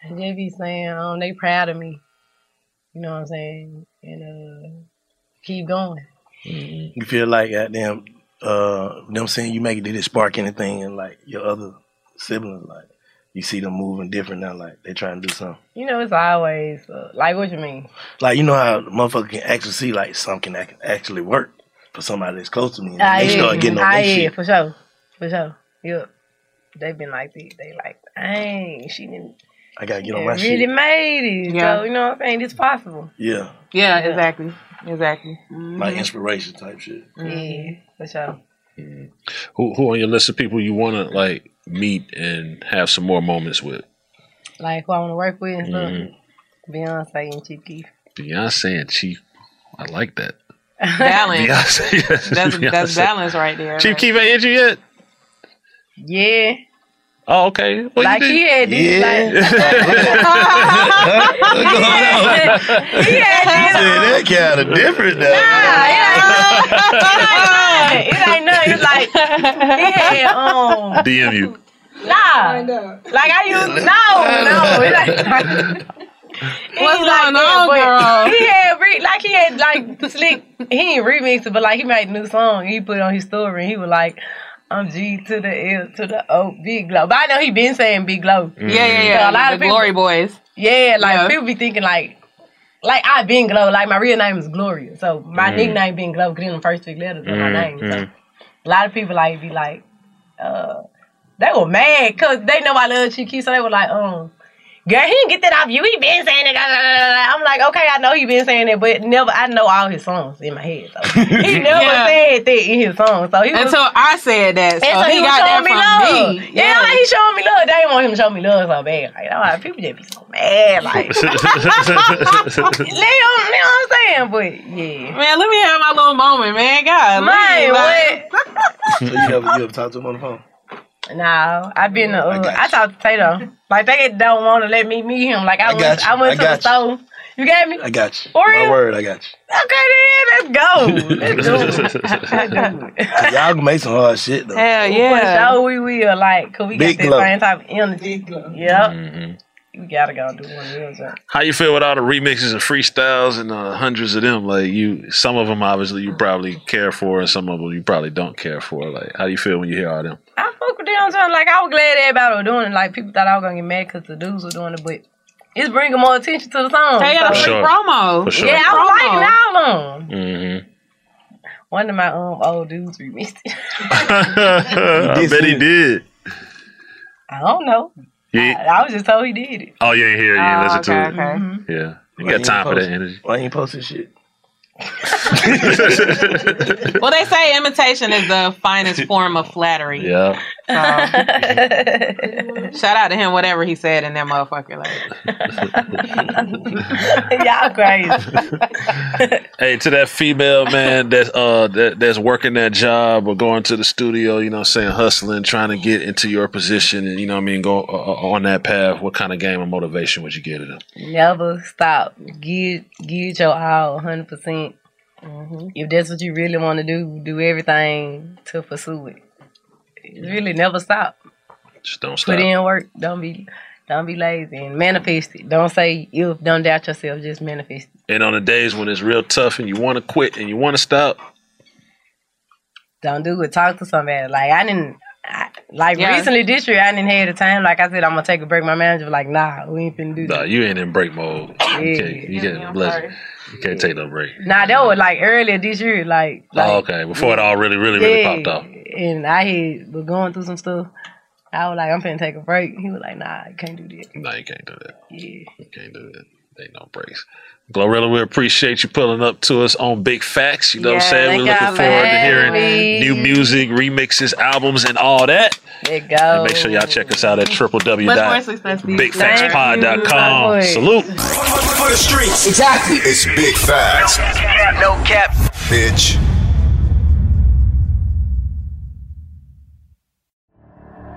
Speaker 4: And They be saying, um, they proud of me. You know what I'm saying? And uh keep going. Mm-hmm.
Speaker 2: You feel like goddamn, uh, you know what I'm saying? You make it, did it spark anything in like your other siblings? Like, you see them moving different now, like they trying to do something.
Speaker 4: You know, it's always uh, like what you mean.
Speaker 2: Like, you know how the motherfucker can actually see like something that can actually work for somebody that's close to me. And
Speaker 4: Ah,
Speaker 2: they
Speaker 4: yeah.
Speaker 2: start getting on
Speaker 4: Ah,
Speaker 2: that
Speaker 4: yeah,
Speaker 2: shit.
Speaker 4: for sure. For sure. Yeah. They've been like this. They like, dang, she didn't
Speaker 2: I gotta get on my
Speaker 4: really
Speaker 2: shit.
Speaker 4: made it.
Speaker 6: Yeah.
Speaker 4: So you know what I'm saying? It's possible.
Speaker 2: Yeah,
Speaker 6: Yeah, exactly. Exactly. Mm-hmm.
Speaker 2: like
Speaker 4: Mm-hmm.
Speaker 2: inspiration type shit.
Speaker 4: Yeah, for sure.
Speaker 5: Who who on your list of people you want to like meet and have some more moments with?
Speaker 4: Like who I want to work with and stuff.
Speaker 5: Mhm.
Speaker 4: Beyonce and Chief Keef.
Speaker 5: Beyonce and Chief, I like that.
Speaker 6: Balance.
Speaker 5: Beyonce, yes,
Speaker 6: that's, that's
Speaker 5: Beyonce.
Speaker 6: balance right there.
Speaker 5: Chief
Speaker 6: Like,
Speaker 5: Keef ain't hit you yet.
Speaker 4: Yeah.
Speaker 5: Oh, okay. Well, you
Speaker 4: like
Speaker 5: did-
Speaker 4: he had these like
Speaker 2: That kind of different now.
Speaker 4: Nah, it ain't nothing. It's like he had um
Speaker 5: DM you.
Speaker 4: nah. Like I used no, no. It ain't- It
Speaker 6: What's
Speaker 4: ain't like
Speaker 6: going
Speaker 4: that,
Speaker 6: on,
Speaker 4: but
Speaker 6: girl?
Speaker 4: He had re- like he had like slick. He ain't remixed it, but like he made a new song. He put it on his story. and He was like, "I'm G to the L to the O, Big Glow." But I know he been saying Big Glow.
Speaker 5: Mm-hmm.
Speaker 6: Yeah, yeah, yeah.
Speaker 4: So a lot
Speaker 6: the
Speaker 4: of people,
Speaker 6: Glory Boys.
Speaker 4: Yeah, like
Speaker 6: Yeah.
Speaker 4: people be thinking like, like I been Glow. Like my real name is Gloria, so my
Speaker 6: Mm.
Speaker 4: nickname been Glow because the first three letters of my
Speaker 6: Mm-hmm.
Speaker 2: Mm,
Speaker 4: name. So a lot of people like be like, uh, they were mad because they know I love Chiqui, so they were like, um, girl, he didn't get that off you. He been saying it. da, da, da, da, da." I'm like, okay, I know he Oh, been saying it, but never. I know all his songs in my head. So. he never
Speaker 6: Yeah.
Speaker 4: said that in his song. So he was,
Speaker 6: Until I said that.
Speaker 4: And
Speaker 6: So, he,
Speaker 4: was
Speaker 6: got
Speaker 4: showing
Speaker 6: that
Speaker 4: me
Speaker 6: from
Speaker 4: love.
Speaker 6: me.
Speaker 4: Yeah, like, he showing me love. They didn't want him to show me love so bad. Like, I'm like, people just be so mad. Like, They don't- they don't understand, but yeah.
Speaker 6: Man, let me have my little moment, man. God,
Speaker 4: Man,
Speaker 6: what?
Speaker 2: so you ever you ever talk to him on the phone?
Speaker 4: No, I've been. Uh, I, talked to Tato. Like they don't want to let me meet him. Like I,
Speaker 2: I got
Speaker 4: went.
Speaker 2: you.
Speaker 4: I went
Speaker 2: I
Speaker 4: to the
Speaker 2: got
Speaker 4: store. You got me.
Speaker 2: I got you.
Speaker 4: Oreo?
Speaker 2: My word, I got you.
Speaker 4: Okay, then Oh, let's go. Let's do it.
Speaker 2: Y'all can make some hard shit though.
Speaker 4: Hell yeah. For sure we will. Like, cause we
Speaker 2: Big
Speaker 4: got
Speaker 2: glow. Mm-hmm.
Speaker 4: that same type of energy. Yep. We gotta go do one real job.
Speaker 5: How you feel with all the remixes and freestyles and uh, hundreds of them? Like you, some of them obviously you probably care for, and some of them you probably don't care for. Like, how do you feel when you hear all them?
Speaker 4: I fuck with them too. Like I was glad everybody was doing it. Like people thought I was gonna get mad because the dudes were doing it, but it's bringing more attention to the song.
Speaker 6: They got a
Speaker 4: so-
Speaker 6: free For sure. promo. For sure.
Speaker 4: Yeah, I was
Speaker 6: Promo.
Speaker 4: liking all of them.
Speaker 5: Mm-hmm.
Speaker 4: One of my um old dudes remixed it.
Speaker 5: I bet he did.
Speaker 4: I don't know.
Speaker 5: Yeah.
Speaker 4: I, I was just told he did it.
Speaker 5: Oh, you ain't hear it. You ain't
Speaker 4: Oh,
Speaker 5: listen to
Speaker 4: okay,
Speaker 5: it.
Speaker 4: okay.
Speaker 5: Yeah, you
Speaker 2: Why
Speaker 5: got time for
Speaker 2: post-
Speaker 5: that energy.
Speaker 2: Why ain't posting shit?
Speaker 6: well, they say imitation is the finest form of flattery.
Speaker 5: Yeah.
Speaker 6: So, shout out to him, whatever he said in that motherfucker. Like,
Speaker 4: y'all crazy.
Speaker 5: Hey, to that female man that's uh that, that's working that job or going to the studio, you know, what I'm saying hustling, trying to get into your position, and you know, what I mean, go uh, uh, on that path. What kind of game of motivation would you give to them?
Speaker 4: Never stop. Give give your all, hundred percent.
Speaker 6: Mm-hmm.
Speaker 4: If that's what you really want to do, do everything to pursue it. Really, never stop.
Speaker 5: Just don't
Speaker 4: Put in work. Don't be don't be lazy and manifest it. Don't say if. Don't doubt yourself. Just manifest. it.
Speaker 5: And on the days when it's real tough and you want to quit and you want to stop,
Speaker 4: Don't do it. Talk to somebody. Like I didn't. I, like
Speaker 5: Yeah.
Speaker 4: recently this year, I didn't have the time. Like I said, I'm gonna take a break. My manager was like, Nah, we ain't finna do that.
Speaker 5: nah, you ain't in break mode. You can't, you can't, bless you. You can't take no break.
Speaker 4: Nah, that was like earlier this year. Like
Speaker 5: oh, okay, before it all really, really, really
Speaker 4: Yeah.
Speaker 5: popped off.
Speaker 4: and I had was going through some stuff. I was like, I'm finna take a break. He was like, Nah, I can't do that.
Speaker 5: No, you can't do that.
Speaker 4: Yeah.
Speaker 5: You can't do that. Ain't no breaks. Glorilla, we appreciate you pulling up to us on Big Facts. You know what
Speaker 4: Yeah,
Speaker 5: I'm saying? We're
Speaker 4: thank y'all
Speaker 5: looking
Speaker 4: for
Speaker 5: forward to hearing
Speaker 4: having me.
Speaker 5: new music, remixes, albums, and all that.
Speaker 4: There you go.
Speaker 5: And make sure y'all check us
Speaker 4: Oh.
Speaker 5: out at www.bigfactspod.com.
Speaker 1: Thank you.
Speaker 5: Salute.
Speaker 1: For the streets. Exactly. It's Big Facts. No cap. Bitch.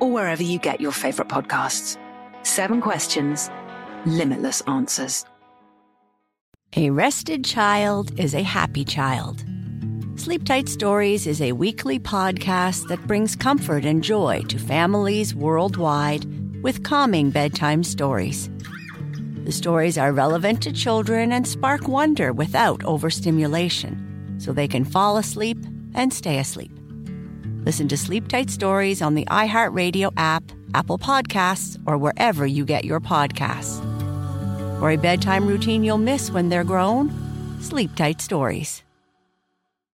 Speaker 16: or wherever you get your favorite podcasts. Seven questions, limitless answers.
Speaker 17: A rested child is a happy child. Sleep Tight Stories is a weekly podcast that brings comfort and joy to families worldwide with calming bedtime stories. The stories are relevant to children and spark wonder without overstimulation, so they can fall asleep and stay asleep. Listen to Sleep Tight Stories on the iHeartRadio app, Apple Podcasts, or wherever you get your podcasts. Or a bedtime routine you'll miss when they're grown? Sleep Tight Stories.